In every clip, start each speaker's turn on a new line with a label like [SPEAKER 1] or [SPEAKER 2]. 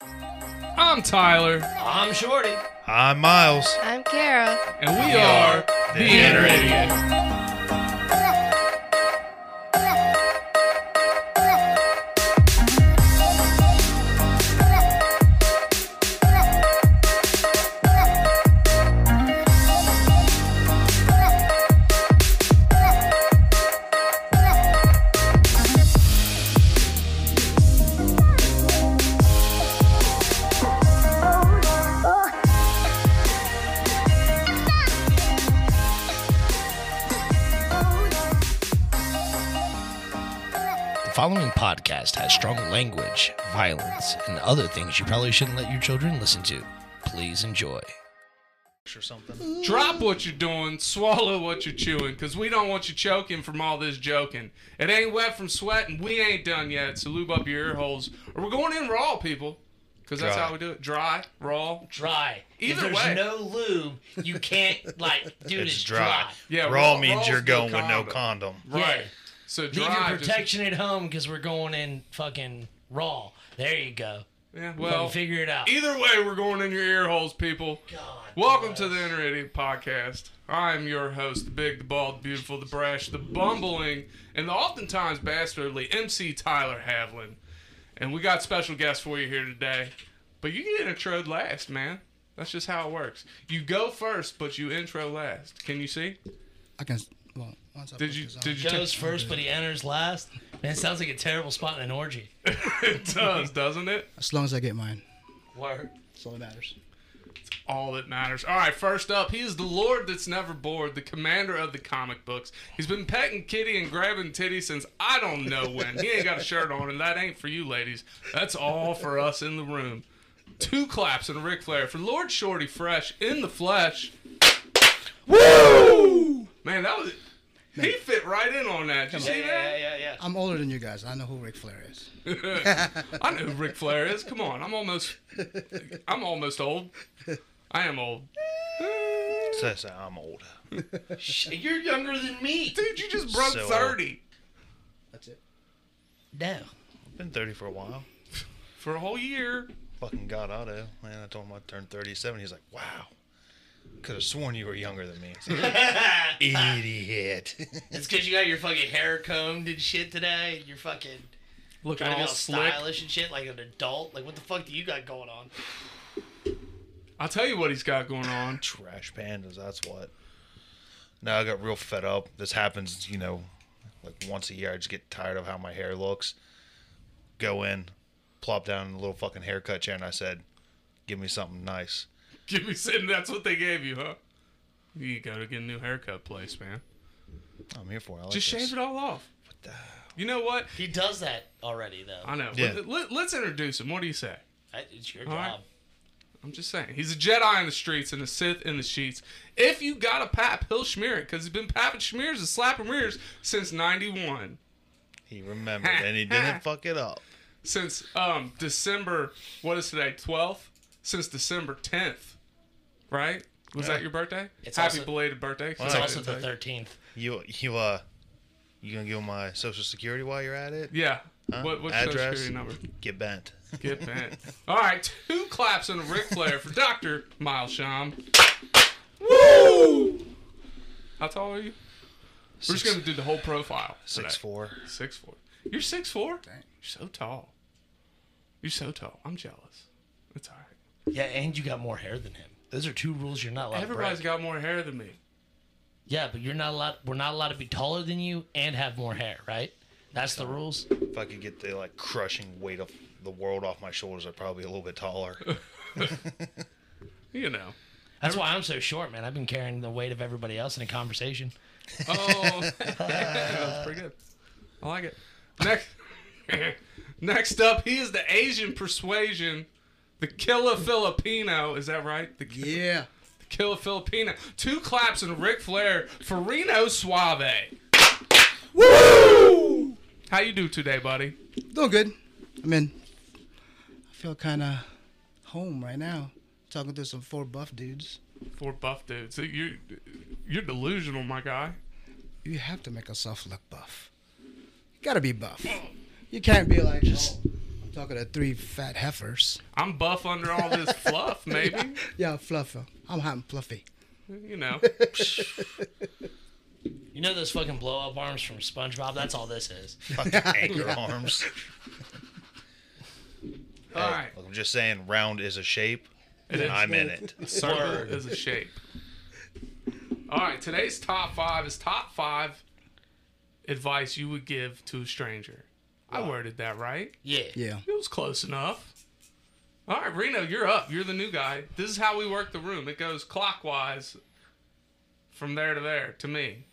[SPEAKER 1] I'm Tyler,
[SPEAKER 2] I'm Shorty.
[SPEAKER 3] I'm Miles.
[SPEAKER 4] I'm Kara.
[SPEAKER 1] and we are the Inner Idiot.
[SPEAKER 2] The following podcast has strong language, violence, and other things you probably shouldn't let your children listen to. Please enjoy.
[SPEAKER 3] Or something.
[SPEAKER 1] Drop what you're doing, swallow what you're chewing, because we don't want you choking from all this joking. It ain't wet from sweat, and we ain't done yet, so lube up your ear holes. Or we're going in raw, people, because that's
[SPEAKER 3] Dry.
[SPEAKER 1] how we do it. Dry, raw.
[SPEAKER 5] dry.
[SPEAKER 1] Either
[SPEAKER 5] if there's
[SPEAKER 1] way.
[SPEAKER 5] no lube, you can't like do it.
[SPEAKER 3] It's
[SPEAKER 5] as
[SPEAKER 3] dry.
[SPEAKER 1] Yeah,
[SPEAKER 3] raw
[SPEAKER 1] raw-
[SPEAKER 3] means
[SPEAKER 1] raw's
[SPEAKER 3] you're
[SPEAKER 1] no
[SPEAKER 3] going with no
[SPEAKER 1] condom.
[SPEAKER 3] condom.
[SPEAKER 1] Right.
[SPEAKER 5] Yeah.
[SPEAKER 1] So
[SPEAKER 5] Leave
[SPEAKER 1] dry.
[SPEAKER 5] your
[SPEAKER 1] just-
[SPEAKER 5] protection at home because we're going in fucking raw. There you go.
[SPEAKER 1] yeah,
[SPEAKER 5] Well,
[SPEAKER 1] well,
[SPEAKER 5] figure it out.
[SPEAKER 1] either way, we're going in your ear holes, people.
[SPEAKER 5] God
[SPEAKER 1] Welcome to
[SPEAKER 5] bless.
[SPEAKER 1] the Inner Idiot Podcast. I'm your host, the big, the bald, the beautiful, the brash, the bumbling, and the oftentimes bastardly MC Tyler Havlin. And we got special guests for you here today. But you get introed last, man. That's just how it works. You go first, but you intro last. Can you see?
[SPEAKER 6] I can. Well, once I
[SPEAKER 1] Did
[SPEAKER 6] put
[SPEAKER 1] you
[SPEAKER 6] this on-
[SPEAKER 1] did you
[SPEAKER 5] Goes first, but he enters last. Man, it sounds like a terrible spot in an orgy.
[SPEAKER 1] it does, doesn't it?
[SPEAKER 6] As long as I get mine,
[SPEAKER 5] Word.
[SPEAKER 6] that's all that matters.
[SPEAKER 1] all that matters. All right, first up, he is the Lord that's never bored, the commander of the comic books. He's been petting kitty and grabbing titty since I don't know when. He ain't got a shirt on, and that ain't for you, ladies. That's all for us in the room. Two claps and a Ric Flair for Lord Shorty Fresh in the flesh. Woo! Man, that was. He fit right in on that. Did you see that?
[SPEAKER 5] yeah, yeah.
[SPEAKER 6] I'm older than you guys. I know who Ric Flair is.
[SPEAKER 1] I know who Ric Flair is. Come on, I'm almost, I'm almost old. I am old.
[SPEAKER 3] So that's- I'm old.
[SPEAKER 5] Shit, You're younger than me.
[SPEAKER 1] Dude, you just broke
[SPEAKER 3] So-
[SPEAKER 1] thirty.
[SPEAKER 6] That's it.
[SPEAKER 5] No.
[SPEAKER 3] I've been 30 for a while.
[SPEAKER 1] for a whole year.
[SPEAKER 3] Fucking God Otto. Man, I told him I turned 37. He's like, wow. Could have sworn you were younger than me. I was like, Idiot.
[SPEAKER 5] It's because you got your fucking hair combed and shit today. and You're fucking
[SPEAKER 1] Looking
[SPEAKER 5] trying to be
[SPEAKER 1] all
[SPEAKER 5] all
[SPEAKER 1] slick.
[SPEAKER 5] stylish and shit like an adult. Like, what the fuck do you got going on?
[SPEAKER 1] I'll tell you what he's got going on.
[SPEAKER 3] Trash pandas, that's what. Now I got real fed up. This happens, you know, like once a year. I just get tired of how my hair looks. Go in, plop down in the little fucking haircut chair, and I said, give me something nice.
[SPEAKER 1] Give me sin. That's what they gave you, huh? You gotta get a new haircut place, man.
[SPEAKER 3] I'm here for it. I like
[SPEAKER 1] Just
[SPEAKER 3] this.
[SPEAKER 1] shave it all off. You know what?
[SPEAKER 5] He does that already, though.
[SPEAKER 1] I know.
[SPEAKER 3] Yeah.
[SPEAKER 1] Let, us introduce him. What do you say?
[SPEAKER 5] That- It's your
[SPEAKER 1] All right.
[SPEAKER 5] job.
[SPEAKER 1] I'm just saying. He's a Jedi in the streets and a Sith in the sheets. If you got a pap, he'll smear it because he's been papping schmears and slapping rears since 91.
[SPEAKER 3] He remembered and he didn't fuck it up.
[SPEAKER 1] Since um December, what is today? 12th? Since December 10th, right? Was that your birthday?
[SPEAKER 5] It's
[SPEAKER 1] Happy
[SPEAKER 5] also-
[SPEAKER 1] belated birthday.
[SPEAKER 3] Wow.
[SPEAKER 5] It's
[SPEAKER 3] Alright.
[SPEAKER 5] also the 13th.
[SPEAKER 3] You you uh you gonna give him my social security while you're at it?
[SPEAKER 1] Yeah. What, what's your social
[SPEAKER 3] Address?
[SPEAKER 1] security number?
[SPEAKER 3] Get bent.
[SPEAKER 1] Get bent. All right, two claps and a Ric Flair for Dr. Milesham. Woo! How tall are you? We're just
[SPEAKER 3] Six-
[SPEAKER 1] going to do the whole profile.
[SPEAKER 3] Six
[SPEAKER 1] today.
[SPEAKER 3] four.
[SPEAKER 1] Six four. You're six four?
[SPEAKER 6] Dang.
[SPEAKER 1] You're so tall. You're so tall. I'm jealous. It's all right.
[SPEAKER 5] Yeah, and you got more hair than him. Those are two rules you're not allowed
[SPEAKER 1] Everybody's
[SPEAKER 5] to break.
[SPEAKER 1] got more hair than me.
[SPEAKER 5] Yeah, but you're not allowed. We're not allowed to be taller than you and have more hair, right? That's the rules.
[SPEAKER 3] If I could get the like crushing weight of the world off my shoulders, I'd probably be a little bit taller.
[SPEAKER 1] You know.
[SPEAKER 5] That's why I'm so short, man. I've been carrying the weight of everybody else in a conversation.
[SPEAKER 1] Oh, that's pretty good. I like it. Next, next up, he is the Asian persuasion, the killer Filipino. Is that right? The, ki-
[SPEAKER 6] Yeah.
[SPEAKER 1] the killer Filipino. Two claps and Ric Flair for Reno Suave. Woo! How you do today, buddy?
[SPEAKER 6] Doing good. I mean, I feel kind of home right now. Talking to some four buff dudes.
[SPEAKER 1] Four buff dudes. You, you're delusional, my guy.
[SPEAKER 6] You have to make yourself look buff. You gotta be buff. You can't be like, just, Talking to three fat heifers.
[SPEAKER 1] I'm buff under all this fluff, maybe.
[SPEAKER 6] Yeah, fluffy. I'm hot and fluffy.
[SPEAKER 1] You know.
[SPEAKER 5] You know those fucking blow up arms from SpongeBob? That's all this is.
[SPEAKER 3] Fucking anchor arms.
[SPEAKER 1] All right.
[SPEAKER 3] Look, I'm just saying, round is a shape, and I'm in it.
[SPEAKER 1] Circle is a shape. All right. Today's top five is top five advice you would give to a stranger. I worded that right.
[SPEAKER 5] Yeah.
[SPEAKER 6] Yeah.
[SPEAKER 1] It was close enough. All right, Reno, you're up. You're the new guy. This is how we work the room. It goes clockwise from there to there to me.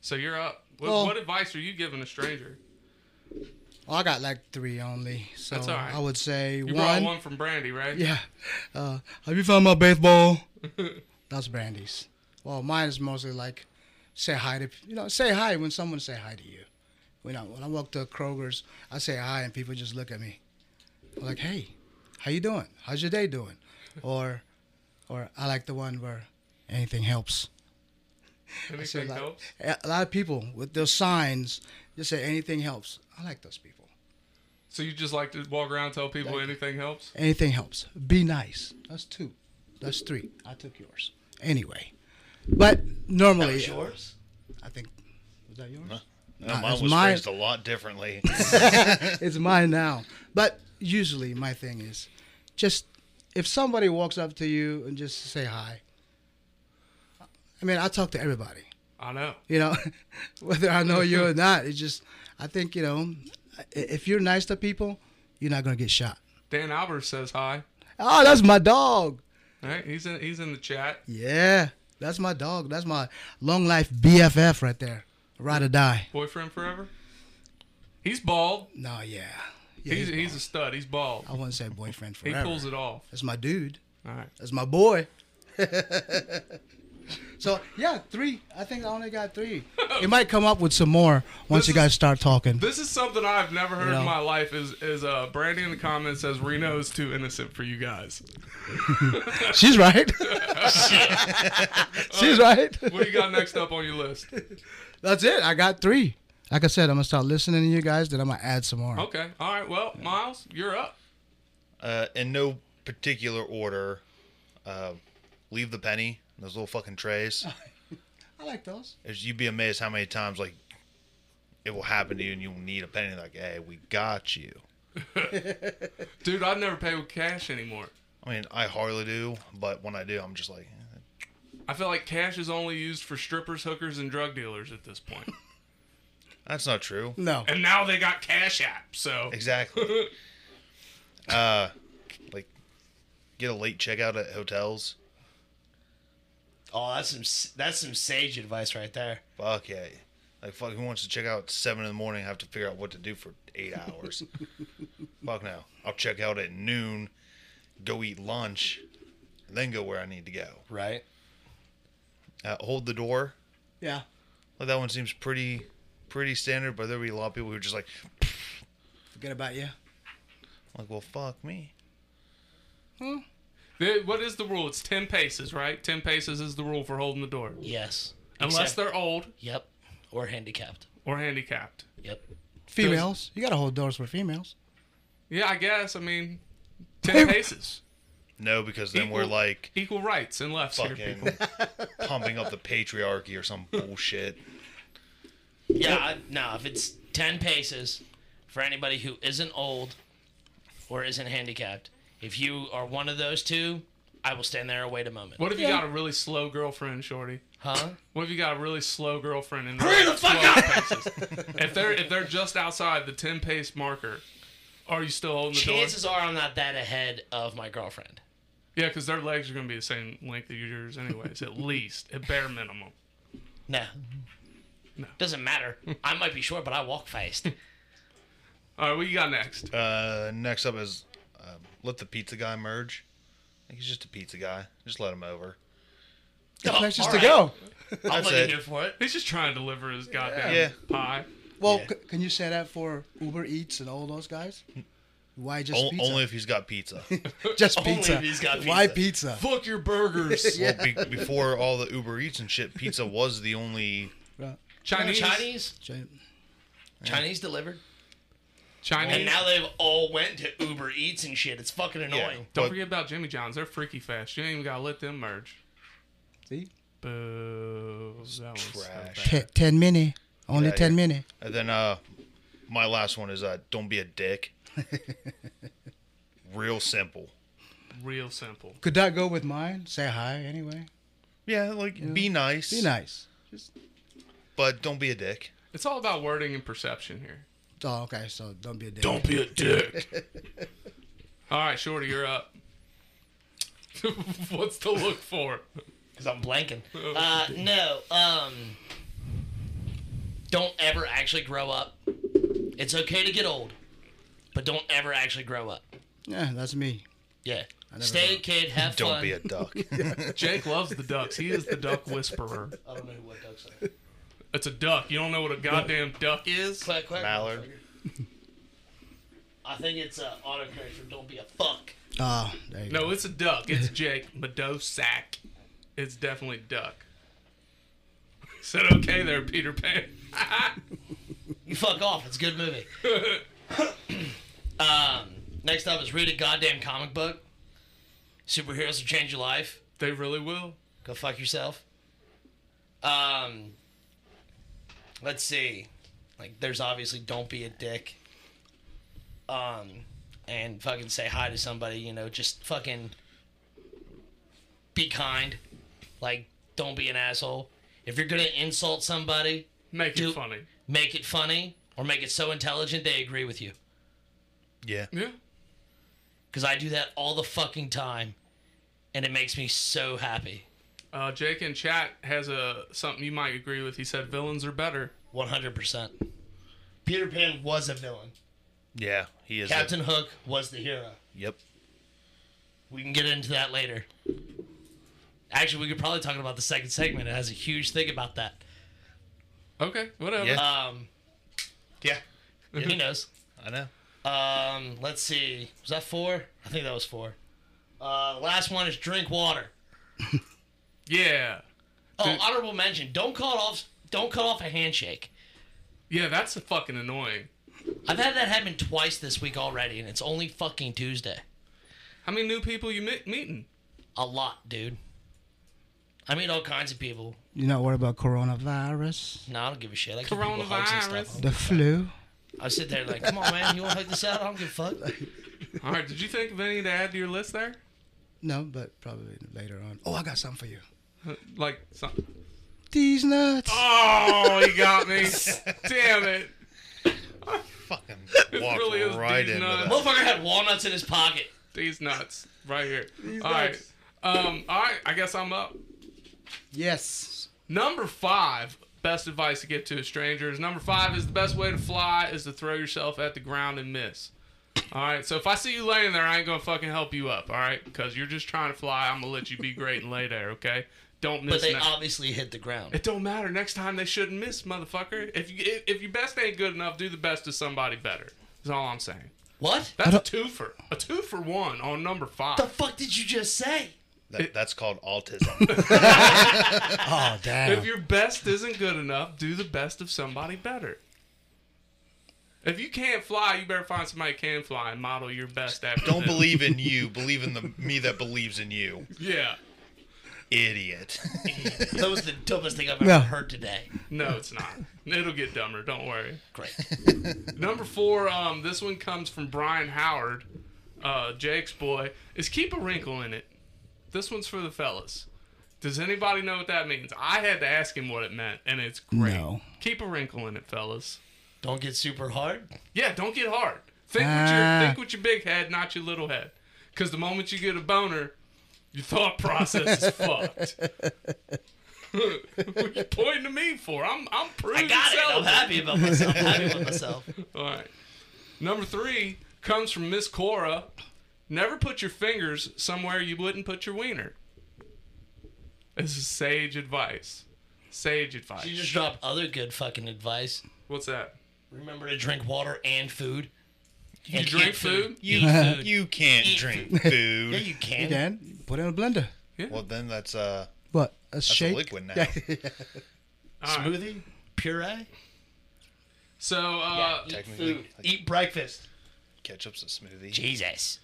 [SPEAKER 1] So you're up. What,
[SPEAKER 6] Well-
[SPEAKER 1] what advice are you giving a stranger?
[SPEAKER 6] Well, I got like three only. So
[SPEAKER 1] That's all right.
[SPEAKER 6] I would say
[SPEAKER 1] You brought
[SPEAKER 6] one.
[SPEAKER 1] one from Brandy, right?
[SPEAKER 6] Yeah. Uh, have you found my baseball? That's Brandy's. Well, mine is mostly like say hi to you know say hi when someone say hi to you. When I when I walk to Kroger's, I say hi and people just look at me. I'm like, hey, how you doing? How's your day doing? Or or I like the one where anything helps.
[SPEAKER 1] Anything
[SPEAKER 6] like-
[SPEAKER 1] helps?
[SPEAKER 6] A a lot of people with those signs just say anything helps. I like those people.
[SPEAKER 1] So you just like to walk around and tell people anything helps?
[SPEAKER 6] Anything helps. Be nice. That's two. That's three. I took yours. Anyway. But normally
[SPEAKER 5] Yours?
[SPEAKER 6] I think was that yours?
[SPEAKER 3] No,
[SPEAKER 6] Nah,
[SPEAKER 3] mine
[SPEAKER 6] it's
[SPEAKER 3] was
[SPEAKER 6] mine.
[SPEAKER 3] phrased a lot differently.
[SPEAKER 6] It's mine now. But usually my thing is just if somebody walks up to you and just say hi. I mean, I talk to everybody.
[SPEAKER 1] I know.
[SPEAKER 6] you know, whether I know you or not. It's just, I think, you know, i- if you're nice to people, you're not going to get shot.
[SPEAKER 1] Dan Albers says hi.
[SPEAKER 6] Oh, that's my dog.
[SPEAKER 1] All right, he's in he's in the chat.
[SPEAKER 6] Yeah, that's my dog. That's my long life BFF right there. Ride or die.
[SPEAKER 1] Boyfriend forever. He's bald.
[SPEAKER 6] No, yeah. yeah
[SPEAKER 1] He's he's a stud. He's bald.
[SPEAKER 6] I wouldn't say boyfriend
[SPEAKER 1] He
[SPEAKER 6] forever.
[SPEAKER 1] pulls it off.
[SPEAKER 6] That's my dude.
[SPEAKER 1] All right.
[SPEAKER 6] That's my boy. so, yeah, three. I think I only got three. It might come up with some more once
[SPEAKER 1] This
[SPEAKER 6] you
[SPEAKER 1] is-
[SPEAKER 6] guys start talking.
[SPEAKER 1] This is something I've never heard
[SPEAKER 6] Yeah.
[SPEAKER 1] in my life. Is is uh Brandy in the comments says Reno is too innocent for you guys.
[SPEAKER 6] She's right. She's right.
[SPEAKER 1] What do you got next up on your list?
[SPEAKER 6] That's it. I got three. Like I said, I'm gonna start listening to you guys. Then I'm gonna add some more.
[SPEAKER 1] Okay. All right. Well, Miles, you're up.
[SPEAKER 3] uh, in no particular order, uh, leave the penny in those little fucking trays.
[SPEAKER 6] I like those.
[SPEAKER 3] It's- You'd be amazed how many times like it will happen to you, and you'll need a penny. Like, hey, we got you.
[SPEAKER 1] Dude, I never pay with cash anymore.
[SPEAKER 3] I mean, I hardly do, but when I do, I'm just like, eh,
[SPEAKER 1] I feel like cash is only used for strippers, hookers, and drug dealers at this point.
[SPEAKER 3] that's not true.
[SPEAKER 6] No.
[SPEAKER 1] and now they got Cash App, so
[SPEAKER 3] Exactly. uh, like, get a late checkout at hotels.
[SPEAKER 5] Oh, that's some s- that's some sage advice right there.
[SPEAKER 3] Fuck yeah. Like, fuck, who wants to check out at 7 in the morning and have to figure out what to do for eight hours? fuck no. I'll check out at noon, go eat lunch, and then go where I need to go.
[SPEAKER 5] Right.
[SPEAKER 3] Uh, hold the door.
[SPEAKER 6] Yeah.
[SPEAKER 3] Like, that one seems pretty pretty standard, but there'll be a lot of people who are just like,
[SPEAKER 6] Forget about you.
[SPEAKER 3] like, well, fuck me.
[SPEAKER 1] They- what is the rule? It's ten paces, right? Ten paces is the rule for holding the door,
[SPEAKER 5] Yes.
[SPEAKER 1] unless
[SPEAKER 5] Except-
[SPEAKER 1] they're old
[SPEAKER 5] Yep. Or handicapped.
[SPEAKER 1] or handicapped.
[SPEAKER 5] Yep.
[SPEAKER 6] Females. You gotta hold doors for females.
[SPEAKER 1] Yeah, I guess. I mean, ten paces,
[SPEAKER 3] No, because then we're
[SPEAKER 1] Equal-
[SPEAKER 3] like
[SPEAKER 1] equal rights and lefts here, people.
[SPEAKER 3] fucking pumping up the patriarchy or some bullshit.
[SPEAKER 5] Yeah. I, no, if it's ten paces for anybody who isn't old or isn't handicapped, if you are one of those two, I will stand there and wait a moment.
[SPEAKER 1] What if you got a really slow girlfriend, Shorty?
[SPEAKER 5] Huh?
[SPEAKER 1] What if you got a really slow girlfriend and
[SPEAKER 5] Hurry the fuck up!
[SPEAKER 1] if they're if they're just outside the ten pace marker, are you still holding the door?
[SPEAKER 5] Chances are I'm not that ahead of my girlfriend.
[SPEAKER 1] Yeah, because their legs are gonna be the same length as yours, anyways. at least, at bare minimum.
[SPEAKER 5] No. No. Doesn't matter. I might be short, but I walk fast.
[SPEAKER 1] All right, what you got next?
[SPEAKER 3] Uh, next up is uh, let the pizza guy merge. Like he's just a pizza guy. Just let him over.
[SPEAKER 6] Got
[SPEAKER 5] Oh, all
[SPEAKER 6] places to
[SPEAKER 5] right.
[SPEAKER 6] go.
[SPEAKER 5] I'll
[SPEAKER 3] That's
[SPEAKER 5] fucking
[SPEAKER 3] it.
[SPEAKER 5] go for it.
[SPEAKER 1] He's just trying to deliver his goddamn
[SPEAKER 3] Yeah.
[SPEAKER 1] pie.
[SPEAKER 6] Well, c- can you say that for Uber Eats and all those guys? Why just
[SPEAKER 3] O-
[SPEAKER 6] pizza?
[SPEAKER 3] only if he's got pizza.
[SPEAKER 6] just
[SPEAKER 5] only if
[SPEAKER 6] pizza.
[SPEAKER 5] he's got
[SPEAKER 6] Why
[SPEAKER 1] Fuck
[SPEAKER 6] pizza?
[SPEAKER 1] your burgers.
[SPEAKER 3] well, be- before all the Uber Eats and shit, pizza was the only.
[SPEAKER 6] Right.
[SPEAKER 1] Chinese.
[SPEAKER 5] Chinese.
[SPEAKER 6] Giant-
[SPEAKER 5] Chinese delivered.
[SPEAKER 1] Chinese.
[SPEAKER 5] And now they've all went to Uber Eats and shit. It's fucking annoying.
[SPEAKER 1] Don't
[SPEAKER 3] But-
[SPEAKER 1] forget about Jimmy John's. They're freaky fast. You ain't even gotta let them merge.
[SPEAKER 6] See?
[SPEAKER 1] Boo. uh, That was so
[SPEAKER 3] Trash.
[SPEAKER 1] bad.
[SPEAKER 6] Ten, 10 minute. Only
[SPEAKER 3] Yeah,
[SPEAKER 6] 10
[SPEAKER 3] yeah.
[SPEAKER 6] minute.
[SPEAKER 3] And then uh, my last one is uh, don't be a dick. Real simple.
[SPEAKER 1] Real simple.
[SPEAKER 6] Could that go with mine? Say hi anyway.
[SPEAKER 3] Yeah, like be nice.
[SPEAKER 6] Be nice.
[SPEAKER 3] but don't be a dick.
[SPEAKER 1] It's all about wording and perception here.
[SPEAKER 6] Oh, okay. So don't be a dick.
[SPEAKER 1] be a dick. all right, Shorty, you're up. What's to look for?
[SPEAKER 5] Because I'm blanking. Uh, no. Um, don't ever actually grow up. It's okay to get old, but don't ever actually grow up.
[SPEAKER 6] Yeah, that's me.
[SPEAKER 5] Yeah.
[SPEAKER 6] never
[SPEAKER 5] Stay
[SPEAKER 6] grow
[SPEAKER 5] a kid. Have
[SPEAKER 3] Don't
[SPEAKER 5] fun.
[SPEAKER 3] be a duck.
[SPEAKER 1] Jake loves the ducks. He is the duck whisperer.
[SPEAKER 5] I don't know who what ducks are.
[SPEAKER 1] It's a duck. You don't know what a goddamn duck is?
[SPEAKER 5] Quack, quack,
[SPEAKER 3] Mallard.
[SPEAKER 5] motherfucker. I think it's uh, autocorrect for don't be a fuck.
[SPEAKER 6] Oh, there you go.
[SPEAKER 1] No, it's a duck. It's Jake Medosack. It's definitely duck. Said okay there, Peter Pan.
[SPEAKER 5] You fuck off. It's a good movie. um, next up is read a goddamn comic book. Superheroes will change your life.
[SPEAKER 1] They really will.
[SPEAKER 5] Go fuck yourself. Um, let's see. Like, there's obviously don't be a dick. Um, and fucking say hi to somebody. You know, just fucking be kind. Like, don't be an asshole. If you're gonna insult somebody,
[SPEAKER 1] Make
[SPEAKER 5] Do-
[SPEAKER 1] it funny.
[SPEAKER 5] make it funny or make it so intelligent they agree with you.
[SPEAKER 3] yeah.
[SPEAKER 1] Yeah.
[SPEAKER 5] Because I do that all the fucking time, and it makes me so happy.
[SPEAKER 1] Uh, Jake in chat has a something you might agree with. He said villains are better.
[SPEAKER 5] One hundred percent. Peter Pan was a villain.
[SPEAKER 3] Yeah. He is. a-
[SPEAKER 5] Captain Hook was the hero.
[SPEAKER 3] yep.
[SPEAKER 5] We can get into that later. Actually, we could probably talk about the second segment. It has a huge thing about that.
[SPEAKER 1] Okay, whatever.
[SPEAKER 3] Yeah.
[SPEAKER 5] Um,
[SPEAKER 3] Yeah.
[SPEAKER 5] who knows?
[SPEAKER 3] I know.
[SPEAKER 5] Um, let's see. Was that four? I think that was four. Uh, last one is drink water.
[SPEAKER 1] Yeah,
[SPEAKER 5] Oh,
[SPEAKER 1] Dude.
[SPEAKER 5] honorable mention. Don't cut off. Don't cut off a handshake.
[SPEAKER 1] yeah, that's fucking annoying.
[SPEAKER 5] I've had that happen twice this week already, and it's only fucking Tuesday.
[SPEAKER 1] How many new people you meet, meeting?
[SPEAKER 5] A lot, dude. I meet all kinds of people.
[SPEAKER 6] You're not worried about coronavirus,
[SPEAKER 5] No, I don't give a shit. I give people hugs and
[SPEAKER 1] Coronavirus.
[SPEAKER 5] stuff.
[SPEAKER 6] the flu.
[SPEAKER 5] I sit there like, come on, man, you want to hug this out? I don't give a fuck.
[SPEAKER 1] All right, did you think of any to add to your list there?
[SPEAKER 6] No, but probably later on. Oh, I got something for you.
[SPEAKER 1] Like, some...
[SPEAKER 6] These nuts.
[SPEAKER 5] Ah.
[SPEAKER 1] oh, he got me. Damn it.
[SPEAKER 3] Fucking walk
[SPEAKER 1] really is
[SPEAKER 3] right
[SPEAKER 1] these
[SPEAKER 3] into
[SPEAKER 1] nuts.
[SPEAKER 3] that.
[SPEAKER 5] Motherfucker had walnuts in his pocket.
[SPEAKER 1] These nuts right here. All right, um, all right. I guess I'm up.
[SPEAKER 6] Yes.
[SPEAKER 1] Number five, best advice to give to a stranger is number five is the best way to fly is to throw yourself at the ground and miss. All right, so if I see you laying there, I ain't gonna fucking help you up. All right, because you're just trying to fly. I'm gonna let you be great and lay there. Okay, don't miss.
[SPEAKER 5] But they
[SPEAKER 1] now.
[SPEAKER 5] obviously hit the ground.
[SPEAKER 1] it don't matter. Next time they shouldn't miss, motherfucker. If you if, if your best ain't good enough, do the best to somebody better. Is all I'm saying.
[SPEAKER 5] What?
[SPEAKER 1] That's a two for a two for one on number five.
[SPEAKER 5] The fuck did you just say?
[SPEAKER 3] That, that's called autism.
[SPEAKER 6] Oh
[SPEAKER 1] If
[SPEAKER 6] damn.
[SPEAKER 1] your best isn't good enough, do the best of somebody better. If you can't fly, you better find somebody who can fly and model your best after.
[SPEAKER 3] Don't
[SPEAKER 1] them.
[SPEAKER 3] believe in you. Believe in the me that believes in you.
[SPEAKER 1] Yeah,
[SPEAKER 3] Idiot.
[SPEAKER 5] That was the dumbest thing I've ever
[SPEAKER 6] No.
[SPEAKER 5] heard today.
[SPEAKER 1] no, it's not. It'll get dumber. Don't worry.
[SPEAKER 5] Great.
[SPEAKER 1] Number four. Um, this one comes from Brian Howard, uh, Jake's boy. Is keep a wrinkle in it. This one's for the fellas. Does anybody know what that means? I had to ask him what it meant, and it's great.
[SPEAKER 6] No.
[SPEAKER 1] Keep a wrinkle in it, fellas.
[SPEAKER 5] Don't get super hard.
[SPEAKER 1] Yeah, don't get hard. Think with your
[SPEAKER 6] Ah.
[SPEAKER 1] think with your big head, not your little head. Because the moment you get a boner, your thought process is fucked. what you pointing to me for? I'm I'm
[SPEAKER 5] I
[SPEAKER 1] proving
[SPEAKER 5] got it. I'm
[SPEAKER 1] celibate.
[SPEAKER 5] happy about myself. I'm happy with myself.
[SPEAKER 1] All right. Number three comes from Miss Cora. Never put your fingers somewhere you wouldn't put your wiener. This is sage advice. Sage advice.
[SPEAKER 5] You just dropped other good fucking advice.
[SPEAKER 1] What's that?
[SPEAKER 5] Remember to drink water and food. You
[SPEAKER 1] Drink food.
[SPEAKER 3] you you can't drink
[SPEAKER 5] Yeah,
[SPEAKER 3] food.
[SPEAKER 5] you can.
[SPEAKER 6] Then put it in a blender.
[SPEAKER 3] Well, then that's uh
[SPEAKER 6] What? A
[SPEAKER 3] that's a
[SPEAKER 6] shake.
[SPEAKER 3] liquid now.
[SPEAKER 1] All right.
[SPEAKER 5] Smoothie, puree.
[SPEAKER 1] So, uh,
[SPEAKER 5] Yeah.
[SPEAKER 3] Technically,
[SPEAKER 5] Food.
[SPEAKER 3] like,
[SPEAKER 4] Eat breakfast.
[SPEAKER 3] ketchup's a smoothie.
[SPEAKER 5] Jesus.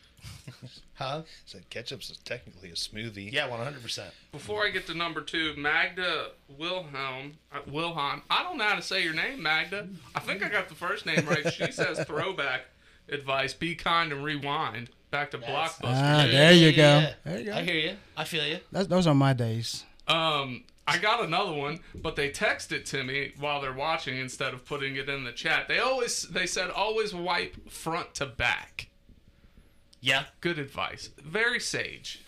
[SPEAKER 5] huh?
[SPEAKER 3] said ketchup's is technically a smoothie.
[SPEAKER 5] Yeah, 100%.
[SPEAKER 1] before I get to number two, Magda Wilhelm, uh, Wilhelm, I don't know how to say your name, Magda. I think I got the first name right. She says throwback advice: be kind and rewind. Back to Blockbuster.
[SPEAKER 6] Ah, there you go.
[SPEAKER 5] Yeah.
[SPEAKER 6] There you
[SPEAKER 5] I
[SPEAKER 6] go.
[SPEAKER 5] hear you. I feel you.
[SPEAKER 6] That's, those are my days.
[SPEAKER 1] Um, I got another one, but they text it to me while they're watching instead of putting it in the chat. They always they said always wipe front to back.
[SPEAKER 5] Yeah.
[SPEAKER 1] Good advice. Very sage.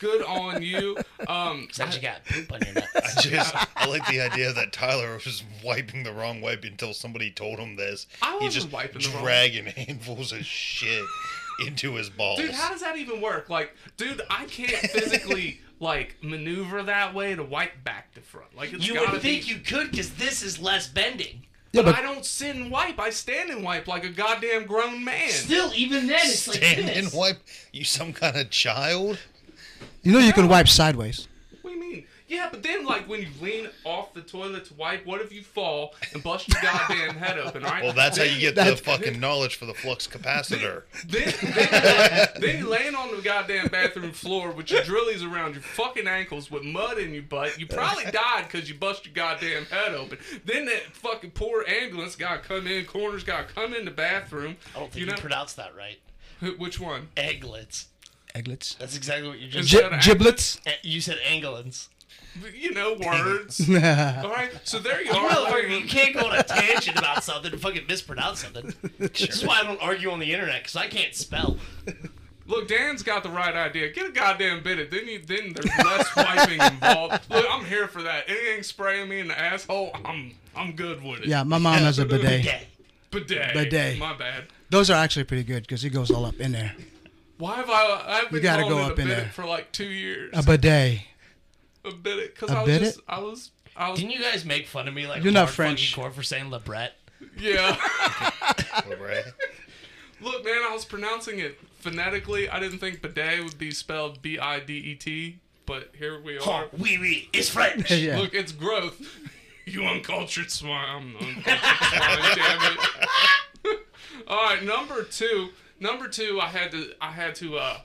[SPEAKER 1] Good on you. Um,
[SPEAKER 5] Except you got poop on your nuts.
[SPEAKER 3] Just, I like the idea that Tyler was wiping the wrong wipe until somebody told him this.
[SPEAKER 1] I wasn't
[SPEAKER 3] He's just
[SPEAKER 1] wiping the wrong-
[SPEAKER 3] dragging handfuls of shit into his balls.
[SPEAKER 1] Dude, how does that even work? Like, dude, I can't physically like maneuver that way to wipe back to front. Like, it's
[SPEAKER 4] You
[SPEAKER 1] gotta
[SPEAKER 4] would think
[SPEAKER 1] be,
[SPEAKER 4] you could because this is less bending.
[SPEAKER 1] But,
[SPEAKER 6] but-
[SPEAKER 1] I don't sit and wipe. I stand and wipe like a goddamn grown man.
[SPEAKER 4] Still, even then, it's like
[SPEAKER 3] Stand and
[SPEAKER 4] this.
[SPEAKER 3] wipe. You some kind of child?
[SPEAKER 6] You know you can wipe sideways.
[SPEAKER 1] What do you mean? Yeah, but then like when you lean off the toilet to wipe, what if you fall and bust your goddamn head open? All right.
[SPEAKER 3] Well, that's how you get the
[SPEAKER 6] That's-
[SPEAKER 3] fucking knowledge for the flux capacitor.
[SPEAKER 1] Then, then, you're like- then you're laying on the goddamn bathroom floor with your drillies around your fucking ankles with mud in your butt. You probably died because you bust your goddamn head open. Then that fucking poor ambulance got to come in, corners got to come in the bathroom.
[SPEAKER 5] I don't think you,
[SPEAKER 1] you know
[SPEAKER 5] pronounced that right.
[SPEAKER 1] Wh- which one?
[SPEAKER 5] Egglets.
[SPEAKER 6] Egglets.
[SPEAKER 5] That's exactly what you just
[SPEAKER 1] Is
[SPEAKER 6] Gi-
[SPEAKER 1] that an
[SPEAKER 6] giblets.
[SPEAKER 5] Eh, You said anglins.
[SPEAKER 1] You know words. All right, so there you are.
[SPEAKER 5] Well,
[SPEAKER 1] like-
[SPEAKER 5] you can't go on a tangent about something and fucking mispronounce something. This is why I don't argue on the internet because I can't spell.
[SPEAKER 1] Look, Dan's got the right idea. Get a goddamn bit of then you then there's less wiping involved. Look, I'm here for that. Anything spraying me in the asshole, I'm I'm good with it.
[SPEAKER 6] Yeah, my mom has a bidet.
[SPEAKER 5] Yeah.
[SPEAKER 1] Bidet.
[SPEAKER 6] Bidet.
[SPEAKER 1] My bad.
[SPEAKER 6] Those are actually pretty good because it goes all up in there.
[SPEAKER 1] Why have I I've been
[SPEAKER 6] gotta
[SPEAKER 1] calling
[SPEAKER 6] go
[SPEAKER 1] it
[SPEAKER 6] up
[SPEAKER 1] a
[SPEAKER 6] in
[SPEAKER 1] bidet
[SPEAKER 6] there.
[SPEAKER 1] for like two years.
[SPEAKER 6] A bidet.
[SPEAKER 1] A bidet. Because
[SPEAKER 6] A
[SPEAKER 1] I was
[SPEAKER 6] bidet?
[SPEAKER 1] just I was I was
[SPEAKER 5] Didn't you guys make fun of me like
[SPEAKER 6] You're not
[SPEAKER 5] hard fucking
[SPEAKER 6] French.
[SPEAKER 5] core for saying Lebrette?
[SPEAKER 1] Yeah.
[SPEAKER 3] Right?
[SPEAKER 1] Look, man, I was pronouncing it phonetically. I didn't think bidet would be spelled B I D E T, but here we are.
[SPEAKER 5] Oh, oui, oui, it's French.
[SPEAKER 6] Yeah.
[SPEAKER 1] Look, it's growth. You uncultured swine. I'm the uncultured swine. Damn it. All right, number two. Number two, I had to. I had to. Uh,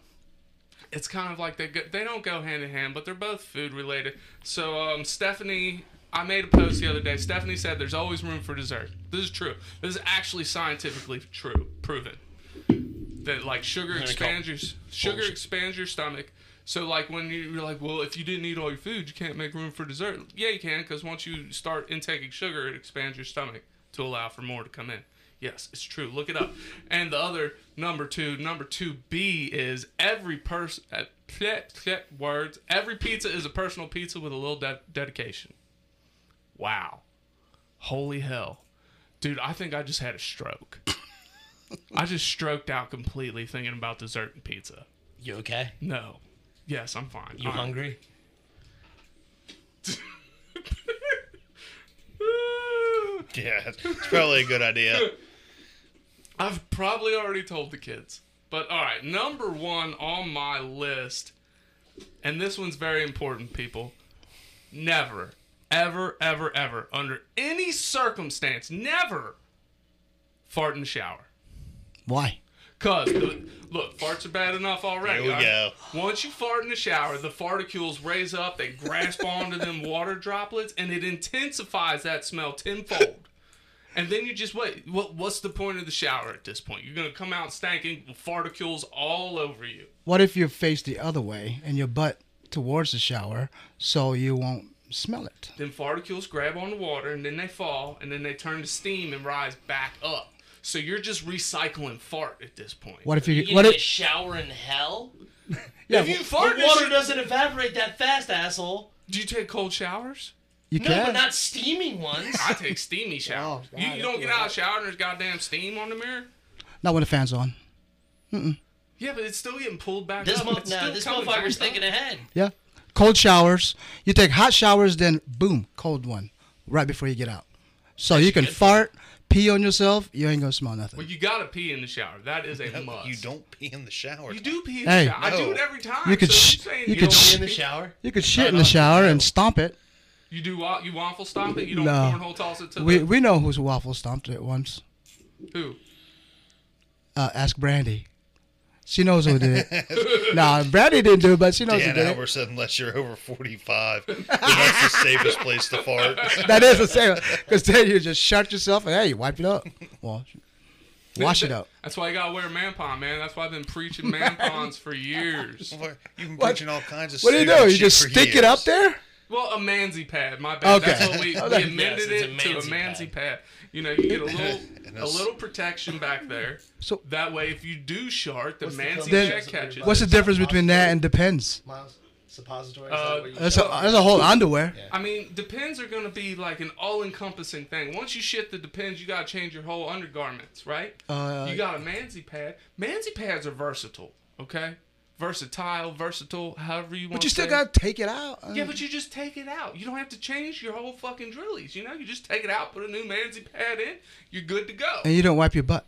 [SPEAKER 1] it's kind of like they go, they don't go hand in hand, but they're both food related. So um, Stephanie, I made a post the other day. Stephanie said there's always room for dessert. This is true. This is actually scientifically true, proven. That like sugar expands your sugar expands your stomach. So like when you- you're like, well, if you didn't eat all your food, you can't make room for dessert. Yeah, you can, because once you start intaking sugar, it expands your stomach to allow for more to come in. Yes, it's true. Look it up. And the other number two, number two B is every person. Uh, pleh, pleh, words. Every pizza is a personal pizza with a little de- dedication. Wow. Holy hell, dude! I think I just had a stroke. I just stroked out completely thinking about dessert and pizza.
[SPEAKER 5] You okay?
[SPEAKER 1] No. Yes, I'm fine.
[SPEAKER 5] You
[SPEAKER 1] I'm-
[SPEAKER 5] hungry?
[SPEAKER 3] Yeah, it's probably a good idea.
[SPEAKER 1] I've probably already told the kids. But all right, number one on my list, and this one's very important, people. Never, ever, ever, ever, under any circumstance, never fart in the shower.
[SPEAKER 6] Why?
[SPEAKER 1] Cause the- look, farts are bad enough already.
[SPEAKER 3] Here we
[SPEAKER 1] alright? Once you fart in the shower, the farticules raise up, they grasp onto them water droplets, and it intensifies that smell tenfold. And then you just wait. What, what's the point of the shower at this point? You're gonna come out stanking with farticules all over you.
[SPEAKER 6] What if you face the other way and your butt towards the shower so you won't smell it?
[SPEAKER 1] Then farticules grab on the water, and then they fall, and then they turn to steam and rise back up. So you're just recycling fart at this point.
[SPEAKER 6] What if you,
[SPEAKER 5] You gonna
[SPEAKER 6] what
[SPEAKER 5] get a
[SPEAKER 6] if
[SPEAKER 5] shower in hell?
[SPEAKER 1] if you fart? in
[SPEAKER 5] The
[SPEAKER 1] the
[SPEAKER 5] water
[SPEAKER 1] sh-
[SPEAKER 5] doesn't evaporate that fast, asshole.
[SPEAKER 1] Do you take cold showers?
[SPEAKER 6] you
[SPEAKER 5] No,
[SPEAKER 6] can?
[SPEAKER 5] but not steaming ones.
[SPEAKER 1] I take steamy showers.
[SPEAKER 6] Oh,
[SPEAKER 1] you,
[SPEAKER 6] God,
[SPEAKER 1] you don't
[SPEAKER 6] that's
[SPEAKER 1] get out of the shower and there's goddamn steam on the mirror.
[SPEAKER 6] Not when the fan's on.
[SPEAKER 1] Yeah, but it's still getting pulled back
[SPEAKER 5] This
[SPEAKER 1] up.
[SPEAKER 5] mo-
[SPEAKER 1] It's
[SPEAKER 5] no,
[SPEAKER 1] still
[SPEAKER 5] this
[SPEAKER 1] coming
[SPEAKER 5] motherfucker's
[SPEAKER 1] back up.
[SPEAKER 5] thinking ahead.
[SPEAKER 6] Yeah. Cold showers. You take hot showers, then boom, cold one right before you get out. So you can fart, pee on yourself. You ain't gonna smell nothing.
[SPEAKER 1] Well, you gotta pee in the shower. That is a must.
[SPEAKER 3] You don't pee in the shower.
[SPEAKER 1] You do pee in
[SPEAKER 6] Hey.
[SPEAKER 1] the shower. I do
[SPEAKER 3] No.
[SPEAKER 1] it every time.
[SPEAKER 6] You could
[SPEAKER 1] so
[SPEAKER 6] sh-
[SPEAKER 1] I'm saying
[SPEAKER 6] you could
[SPEAKER 1] don't
[SPEAKER 6] sh-
[SPEAKER 1] pee
[SPEAKER 5] In the shower.
[SPEAKER 6] You could shit in the shower and stomp it.
[SPEAKER 1] You do wa- you waffle stomp it. You don't
[SPEAKER 6] No.
[SPEAKER 1] cornhole toss it to
[SPEAKER 6] We
[SPEAKER 1] the
[SPEAKER 6] we know who's waffle stomped it once.
[SPEAKER 1] who?
[SPEAKER 6] Uh, ask Brandy. She knows who did it. nah, Brandy didn't do it, but she knows
[SPEAKER 3] Dan
[SPEAKER 6] who did it.
[SPEAKER 3] Albert said, unless you're over 45, then that's the safest place to fart.
[SPEAKER 6] That is the same. Because then you just shut yourself and hey, you wipe it up. Well, wash it up.
[SPEAKER 1] That's why you gotta wear a man pond, man. That's why I've been preaching man ponds for years.
[SPEAKER 3] You've been preaching all kinds of
[SPEAKER 6] What do you
[SPEAKER 3] stupid
[SPEAKER 6] do? You
[SPEAKER 3] shit
[SPEAKER 6] just
[SPEAKER 3] for
[SPEAKER 6] stick it up
[SPEAKER 3] years.
[SPEAKER 6] there?
[SPEAKER 1] Well, a manzy pad. My bad.
[SPEAKER 6] Okay.
[SPEAKER 1] That's what we, we
[SPEAKER 6] Okay.
[SPEAKER 1] amended
[SPEAKER 5] Yes, it's
[SPEAKER 1] it
[SPEAKER 5] a
[SPEAKER 1] to a
[SPEAKER 5] manzy
[SPEAKER 1] manzy pad.
[SPEAKER 5] pad.
[SPEAKER 1] You know, you get a little
[SPEAKER 3] And
[SPEAKER 1] a
[SPEAKER 3] it's-
[SPEAKER 1] little protection back there.
[SPEAKER 6] So-
[SPEAKER 1] that way, if you do shart, the manzy
[SPEAKER 6] Then-
[SPEAKER 1] pad catches.
[SPEAKER 6] What's the difference between that and depends?
[SPEAKER 7] Miles, suppository.
[SPEAKER 1] Uh,
[SPEAKER 6] That's a, that's a whole underwear.
[SPEAKER 1] I mean, depends are going to be like an all-encompassing thing. Once you shit the depends, you got to change your whole undergarments, right?
[SPEAKER 6] Uh,
[SPEAKER 1] you got a manzy pad. Manzy pads are versatile, okay? Versatile, versatile, however you want.
[SPEAKER 6] But you still
[SPEAKER 1] to
[SPEAKER 6] gotta take it out. uh,
[SPEAKER 1] Yeah, but you just take it out. You don't have to change your whole fucking drillies. You know, you just take it out, put a new manzy pad in. You're good to go.
[SPEAKER 6] and you don't wipe your butt.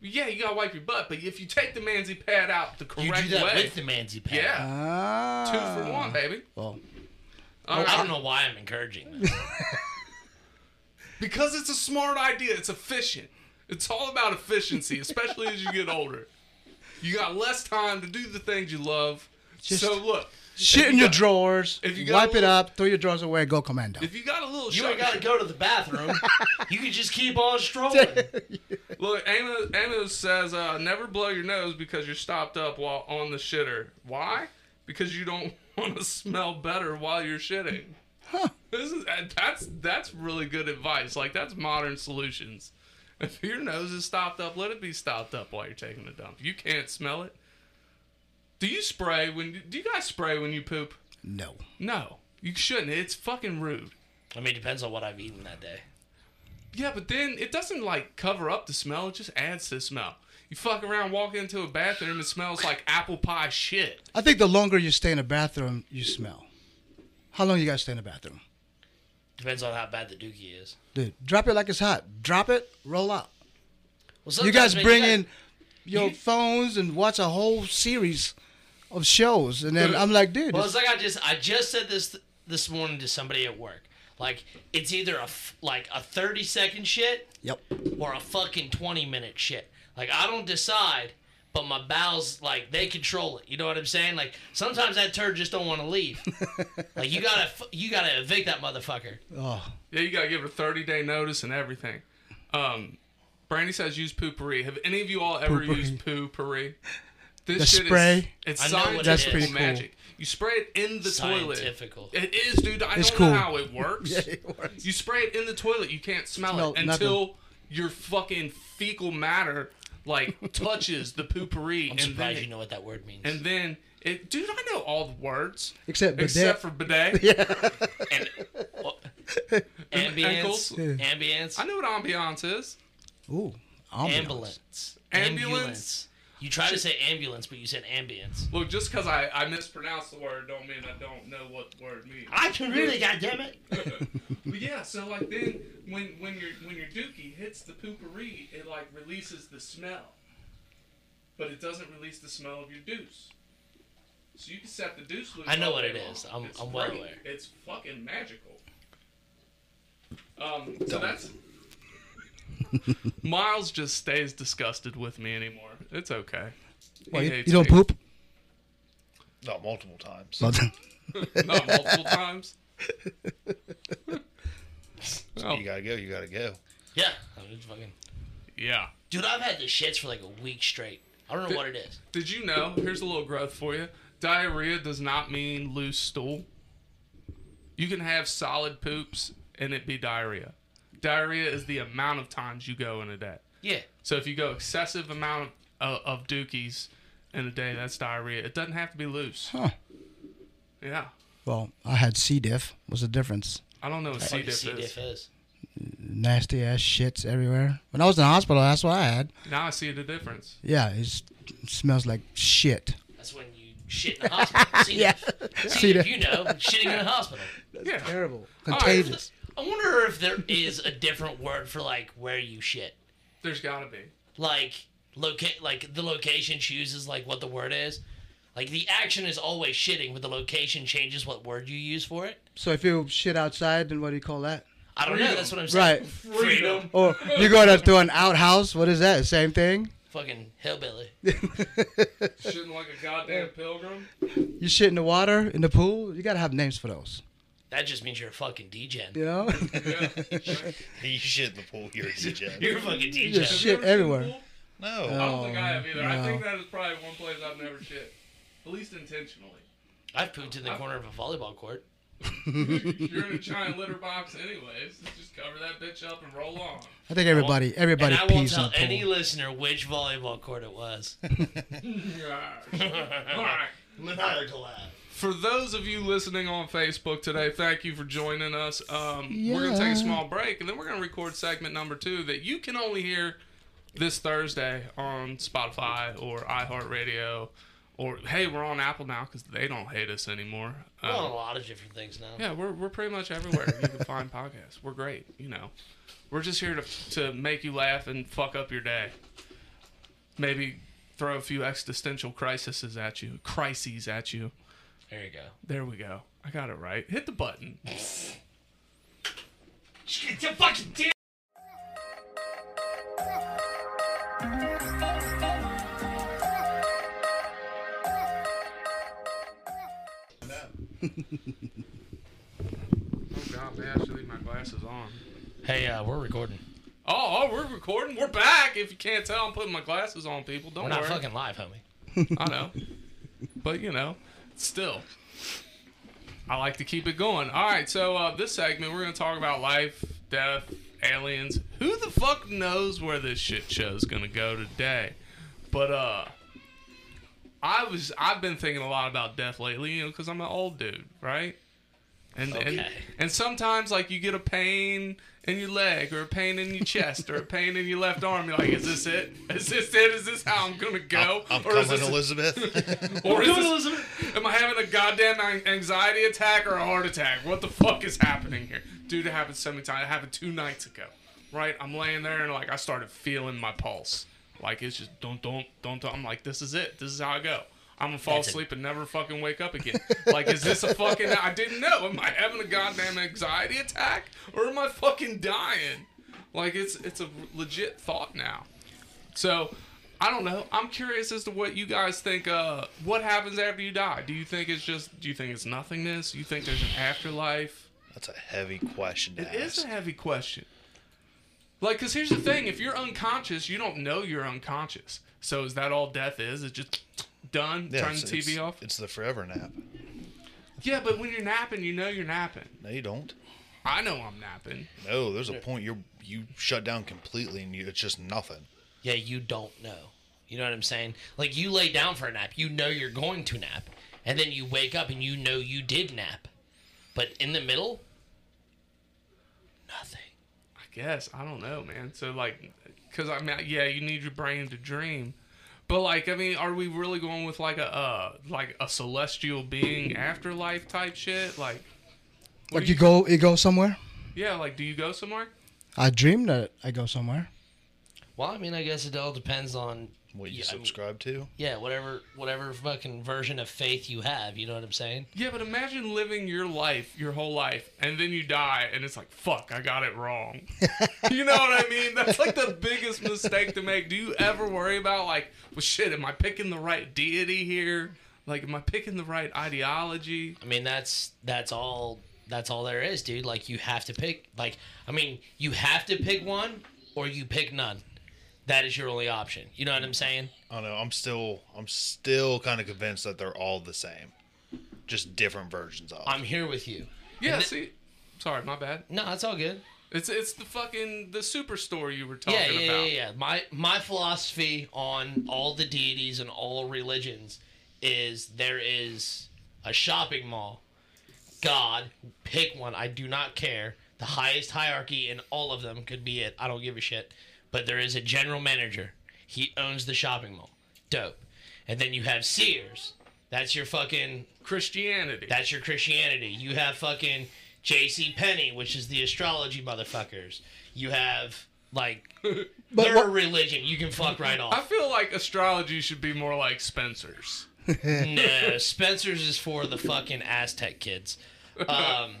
[SPEAKER 1] Yeah, you gotta wipe your butt, but if you take the manzy pad out the
[SPEAKER 5] You
[SPEAKER 1] correct
[SPEAKER 5] do that
[SPEAKER 1] way,
[SPEAKER 5] with the manzy pad.
[SPEAKER 1] yeah,
[SPEAKER 6] Ah,
[SPEAKER 1] two for one, baby.
[SPEAKER 6] Well,
[SPEAKER 1] All
[SPEAKER 5] I
[SPEAKER 1] right.
[SPEAKER 5] don't know why I'm encouraging that.
[SPEAKER 1] Because it's a smart idea. It's efficient. It's all about efficiency, especially as you get older. You got less time to do the things you love. so look,
[SPEAKER 6] shit in your drawers.
[SPEAKER 1] if you got
[SPEAKER 6] wipe
[SPEAKER 1] a
[SPEAKER 6] it
[SPEAKER 1] little-
[SPEAKER 6] up. Throw your drawers away. Go commando.
[SPEAKER 1] if you got a little,
[SPEAKER 7] you
[SPEAKER 1] shot-
[SPEAKER 7] ain't got to go to the bathroom. you can just keep on strolling.
[SPEAKER 1] Look, Amos, Amos says, uh, never blow your nose because you're stopped up while on the shitter. Why? Because you don't want to smell better while you're shitting. This is uh, that's that's really good advice. Like that's modern solutions. If your nose is stopped up, let it be stopped up while you're taking a dump. You can't smell it. Do you spray when? Do you guys spray when you poop?
[SPEAKER 6] no.
[SPEAKER 1] No, you shouldn't. It's fucking rude.
[SPEAKER 5] I mean, it depends on what I've eaten that day.
[SPEAKER 1] Yeah, but then it doesn't like cover up the smell, it just adds to the smell. You fuck around, walk into a bathroom, it smells like apple pie shit.
[SPEAKER 6] I think the longer you stay in the bathroom, you smell. How long you gotta stay in the bathroom?
[SPEAKER 5] Depends on how bad the dookie is.
[SPEAKER 6] Dude, drop it like it's hot. Drop it. Roll out.
[SPEAKER 5] Well,
[SPEAKER 6] You
[SPEAKER 5] sometimes,
[SPEAKER 6] guys
[SPEAKER 5] man,
[SPEAKER 6] bring
[SPEAKER 5] you
[SPEAKER 6] in your phones and watch a whole series of shows, and then I'm like, dude,
[SPEAKER 5] Well,
[SPEAKER 6] this-
[SPEAKER 5] it's like I just I just said this th- this morning to somebody at work. Like it's either a f- like a thirty second shit
[SPEAKER 6] yep.
[SPEAKER 5] or a fucking twenty minute shit. Like I don't decide, but my bowels like they control it. You know what I'm saying? Like sometimes that turd just don't want to leave. like you gotta f- you gotta evict that motherfucker.
[SPEAKER 6] Oh,
[SPEAKER 1] Yeah, you gotta give her 30 day notice and everything. Um, Brandy says use poopery. Have any of you all ever
[SPEAKER 6] Poo-pourri.
[SPEAKER 1] used poopery? This
[SPEAKER 6] The
[SPEAKER 1] shit
[SPEAKER 6] spray?
[SPEAKER 1] is it's
[SPEAKER 5] I know
[SPEAKER 1] scientific
[SPEAKER 5] what it That's is. pretty
[SPEAKER 6] cool.
[SPEAKER 1] magic. You spray it in the
[SPEAKER 5] Scientifical.
[SPEAKER 1] toilet. It is, dude. I
[SPEAKER 6] It's
[SPEAKER 1] don't
[SPEAKER 6] cool.
[SPEAKER 1] know how it works. You spray it in the toilet. You can't smell
[SPEAKER 6] Smell
[SPEAKER 1] it until your fucking fecal matter like touches the poopery.
[SPEAKER 5] I'm
[SPEAKER 1] and then
[SPEAKER 5] surprised
[SPEAKER 1] it-
[SPEAKER 5] you know what that word means.
[SPEAKER 1] And then it, dude, I know all the words
[SPEAKER 6] Except bidet.
[SPEAKER 1] except for bidet.
[SPEAKER 5] and, well, ambience,
[SPEAKER 1] ankles.
[SPEAKER 5] ambience,
[SPEAKER 1] I know what ambiance is.
[SPEAKER 6] ooh, ambulance.
[SPEAKER 5] ambulance,
[SPEAKER 1] Ambulance.
[SPEAKER 5] You try to say ambulance, but you said ambience.
[SPEAKER 1] Look, just because I, I mispronounced the word don't mean I don't know what the word means.
[SPEAKER 7] I can really, goddammit.
[SPEAKER 1] But yeah, so like then when when your when your dookie hits the poopery, it like releases the smell, but it doesn't release the smell of your deuce. So you can set the deuce loose.
[SPEAKER 5] I know
[SPEAKER 1] all
[SPEAKER 5] what
[SPEAKER 1] day
[SPEAKER 5] it
[SPEAKER 1] long.
[SPEAKER 5] is. I'm-
[SPEAKER 1] It's
[SPEAKER 5] I'm well
[SPEAKER 1] great.
[SPEAKER 5] aware.
[SPEAKER 1] It's fucking magical. Um, so that's. Miles just stays disgusted with me anymore. It's okay. He
[SPEAKER 6] Well, you,
[SPEAKER 1] hates
[SPEAKER 6] you don't
[SPEAKER 1] me.
[SPEAKER 6] poop?
[SPEAKER 3] Not multiple times.
[SPEAKER 1] Not multiple times. oh,
[SPEAKER 3] You gotta go. You gotta go.
[SPEAKER 5] Yeah, I'm just fucking.
[SPEAKER 1] yeah.
[SPEAKER 5] Dude, I've had the shits for like a week straight. I don't know what it is.
[SPEAKER 1] Did you know? Here's a little growth for you. Diarrhea does not mean loose stool. You can have solid poops and it be diarrhea. Diarrhea is the amount of times you go in a day.
[SPEAKER 5] Yeah.
[SPEAKER 1] So if you go excessive amount of, uh, of dookies in a day, that's diarrhea. It doesn't have to be loose.
[SPEAKER 6] Huh.
[SPEAKER 1] Yeah.
[SPEAKER 6] Well, I had C diff. What's the difference?
[SPEAKER 1] I don't know what C
[SPEAKER 5] Fucking
[SPEAKER 1] diff
[SPEAKER 5] C
[SPEAKER 1] is.
[SPEAKER 5] diff is.
[SPEAKER 6] Nasty ass shits everywhere. When I was in the hospital, that's what I had.
[SPEAKER 1] Now I see the difference.
[SPEAKER 6] Yeah, it's, it smells like shit.
[SPEAKER 5] That's when you shit in the hospital. C diff. C diff, you know, shitting in a hospital.
[SPEAKER 1] yeah.
[SPEAKER 6] Terrible.
[SPEAKER 1] right.
[SPEAKER 6] Contagious.
[SPEAKER 5] I wonder if there is a different word for like where you shit.
[SPEAKER 1] There's got to be.
[SPEAKER 5] Like locate, like the location chooses like what the word is. Like the action is always shitting, but the location changes what word you use for it.
[SPEAKER 6] So if you shit outside, then what do you call that?
[SPEAKER 5] I don't know. That's what I'm saying.
[SPEAKER 6] Right.
[SPEAKER 7] Freedom.
[SPEAKER 6] Or you go to, to an outhouse. What is that? Same thing.
[SPEAKER 5] Fucking hillbilly.
[SPEAKER 1] Shitting like a goddamn pilgrim.
[SPEAKER 6] You shit in the water, in the pool. You gotta have names for those.
[SPEAKER 5] That just means you're a fucking degen.
[SPEAKER 6] You know,
[SPEAKER 3] You shit in the pool. You're a DJ.
[SPEAKER 5] You're a fucking
[SPEAKER 6] you
[SPEAKER 5] degen.
[SPEAKER 6] just
[SPEAKER 1] You ever
[SPEAKER 6] shit
[SPEAKER 1] seen
[SPEAKER 6] everywhere.
[SPEAKER 1] Pool?
[SPEAKER 3] No.
[SPEAKER 6] Uh,
[SPEAKER 1] I don't think I have either. I
[SPEAKER 6] no.
[SPEAKER 1] think that is probably one place I've never shit, at least intentionally.
[SPEAKER 5] I've pooped in the corner of a volleyball court.
[SPEAKER 1] You're in a giant litter box, anyways. Just cover that bitch up and roll on.
[SPEAKER 6] I think everybody, everybody
[SPEAKER 5] and I won't
[SPEAKER 6] pees in the
[SPEAKER 5] tell
[SPEAKER 6] pool.
[SPEAKER 5] any listener which volleyball court it was.
[SPEAKER 1] All right.
[SPEAKER 5] Maniacal laugh.
[SPEAKER 1] For those of you listening on Facebook today, thank you for joining us. Um, We're going to take
[SPEAKER 6] Yeah.
[SPEAKER 1] a small break, and then we're going to record segment number two that you can only hear this Thursday on Spotify or iHeartRadio. Or, hey, we're on Apple now because they don't hate us anymore. Um,
[SPEAKER 5] Well, a lot of different things now.
[SPEAKER 1] Yeah, we're, we're pretty much everywhere you can find podcasts. We're great, you know. We're just here to, to make you laugh and fuck up your day. Maybe throw a few existential crises at you, crises at you.
[SPEAKER 5] There you go.
[SPEAKER 1] There we go. I got it right. Hit the button.
[SPEAKER 7] It's a fucking dick.
[SPEAKER 1] Oh, Oh god, man, I should leave my glasses on.
[SPEAKER 5] Hey, uh, we're recording.
[SPEAKER 1] Oh, oh, we're recording. We're back. If you can't tell, I'm putting my glasses on, people. Don't
[SPEAKER 5] We're
[SPEAKER 1] worry.
[SPEAKER 5] not fucking live, homie.
[SPEAKER 1] I know. But you know, still. I like to keep it going. All right, so uh, this segment we're going to talk about life, death, aliens. Who the fuck knows where this shit show's going to go today? But uh I was I've been thinking a lot about death lately, you know, cuz I'm an old dude, right? And, and
[SPEAKER 5] Okay.
[SPEAKER 1] and sometimes like you get a pain in your leg or a pain in your chest or a pain in your left arm. You're like, is this it? Is this it? Is this how I'm gonna go?
[SPEAKER 3] I'm
[SPEAKER 1] or is
[SPEAKER 3] coming,
[SPEAKER 1] this-
[SPEAKER 3] Elizabeth.
[SPEAKER 1] or is this- am I having a goddamn an- anxiety attack or a heart attack? What the fuck is happening here? Dude, it happened so many times. It happened two nights ago. Right? I'm laying there and like I started feeling my pulse. Like it's just don't don't don't don't. I'm like, this is it. This is how I go. I'm gonna fall asleep and never fucking wake up again. like, is this a fucking? I didn't know. Am I having a goddamn anxiety attack or am I fucking dying? Like it's it's a legit thought now. So I don't know. I'm curious as to what you guys think. Uh, what happens after you die? Do you think it's just? Do you think it's nothingness? You think there's an afterlife?
[SPEAKER 3] That's a heavy question to
[SPEAKER 1] It
[SPEAKER 3] ask.
[SPEAKER 1] is a heavy question. Like, cause here's the thing: if you're unconscious, you don't know you're unconscious. So is that all death is? It's just done.
[SPEAKER 3] Yeah,
[SPEAKER 1] Turn the
[SPEAKER 3] it's-
[SPEAKER 1] TV
[SPEAKER 3] it's-
[SPEAKER 1] off.
[SPEAKER 3] It's the forever nap.
[SPEAKER 1] Yeah, but when you're napping, you know you're napping.
[SPEAKER 3] No, you don't.
[SPEAKER 1] I know I'm napping.
[SPEAKER 3] No, there's a point you you shut down completely and you, it's just nothing.
[SPEAKER 5] Yeah, you don't know. You know what I'm saying? Like you lay down for a nap, you know you're going to nap, and then you wake up and you know you did nap, but in the middle, nothing.
[SPEAKER 1] I guess I don't know, man. So like, cause I mean, yeah, you need your brain to dream, but like, I mean, are we really going with like a uh, like a celestial being afterlife type shit? Like, what
[SPEAKER 6] Like
[SPEAKER 1] do
[SPEAKER 6] you go, you go somewhere.
[SPEAKER 1] yeah, like, do you go somewhere?
[SPEAKER 6] I dream that I go somewhere.
[SPEAKER 5] Well, I mean, I guess it all depends on
[SPEAKER 3] What you
[SPEAKER 5] yeah, I mean-
[SPEAKER 3] subscribe to?
[SPEAKER 5] yeah, whatever, whatever fucking version of faith you have. You know what I'm saying?
[SPEAKER 1] Yeah, but imagine living your life, your whole life, and then you die, and it's like, fuck, I got it wrong. you know what I mean? That's like the biggest mistake to make. Do you ever worry about, like, well, shit, am I picking the right deity here? Like, am I picking the right ideology?
[SPEAKER 5] I mean, that's that's all that's all there is, dude. Like you have to pick. Like I mean, you have to pick one or you pick none. That is your only option. You know what I'm saying?
[SPEAKER 3] I don't know. I'm still I'm still kind of convinced that they're all the same, just different versions of.
[SPEAKER 5] I'm here with you.
[SPEAKER 1] Yeah,
[SPEAKER 5] And the-
[SPEAKER 1] see, sorry, my bad.
[SPEAKER 5] No, it's all good.
[SPEAKER 1] It's it's the fucking the superstore you were talking
[SPEAKER 5] Yeah, yeah,
[SPEAKER 1] about.
[SPEAKER 5] yeah, yeah. My my philosophy on all the deities and all religions is there is a shopping mall. God, pick one. I do not care. The highest hierarchy in all of them could be it. I don't give a shit. But there is a general manager. He owns the shopping mall. Dope. And then you have Sears. That's your fucking
[SPEAKER 1] Christianity.
[SPEAKER 5] that's your Christianity. You have fucking J.C. Penney, which is the astrology motherfuckers. You have Like
[SPEAKER 6] But
[SPEAKER 5] they're
[SPEAKER 6] what-
[SPEAKER 5] a religion. You can fuck right
[SPEAKER 1] I
[SPEAKER 5] off.
[SPEAKER 1] feel like astrology should be more like Spencer's.
[SPEAKER 5] no, Spencer's is for the fucking Aztec kids. Um,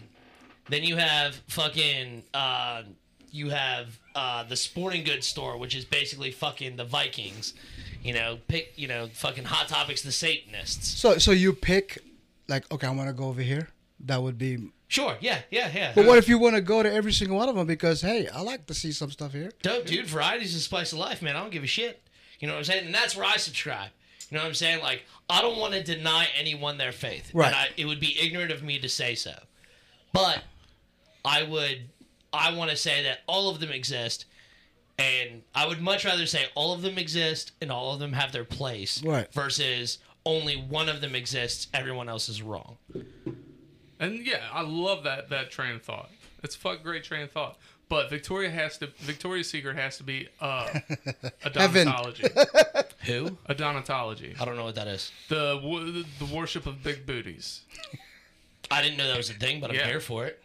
[SPEAKER 5] then you have fucking uh, you have uh, the sporting goods store, which is basically fucking the Vikings. You know, pick you know fucking Hot Topics, the Satanists.
[SPEAKER 6] So so you pick, like, okay, I want to go over here. That would be.
[SPEAKER 5] Sure, yeah, yeah, yeah.
[SPEAKER 6] But what if you want to go to every single one of them because hey, I like to see some stuff here.
[SPEAKER 5] Dope, dude. Variety's the spice of life, man. I don't give a shit. You know what I'm saying? And that's where I subscribe. You know what I'm saying? Like, I don't want to deny anyone their faith. And
[SPEAKER 6] Right.
[SPEAKER 5] I, it would be ignorant of me to say so. But I would, I want to say that all of them exist. And I would much rather say all of them exist and all of them have their place
[SPEAKER 6] Right.
[SPEAKER 5] versus only one of them exists, everyone else is wrong.
[SPEAKER 1] And yeah, I love that that train of thought. It's a fuck great train of thought. But Victoria has to Victoria's Secret has to be uh a
[SPEAKER 6] Heaven.
[SPEAKER 1] donatology.
[SPEAKER 5] Who?
[SPEAKER 1] A donatology.
[SPEAKER 5] I don't know what that is.
[SPEAKER 1] The wo- the worship of big booties.
[SPEAKER 5] I didn't know that was a thing, but
[SPEAKER 1] Yeah.
[SPEAKER 5] I'm here for it.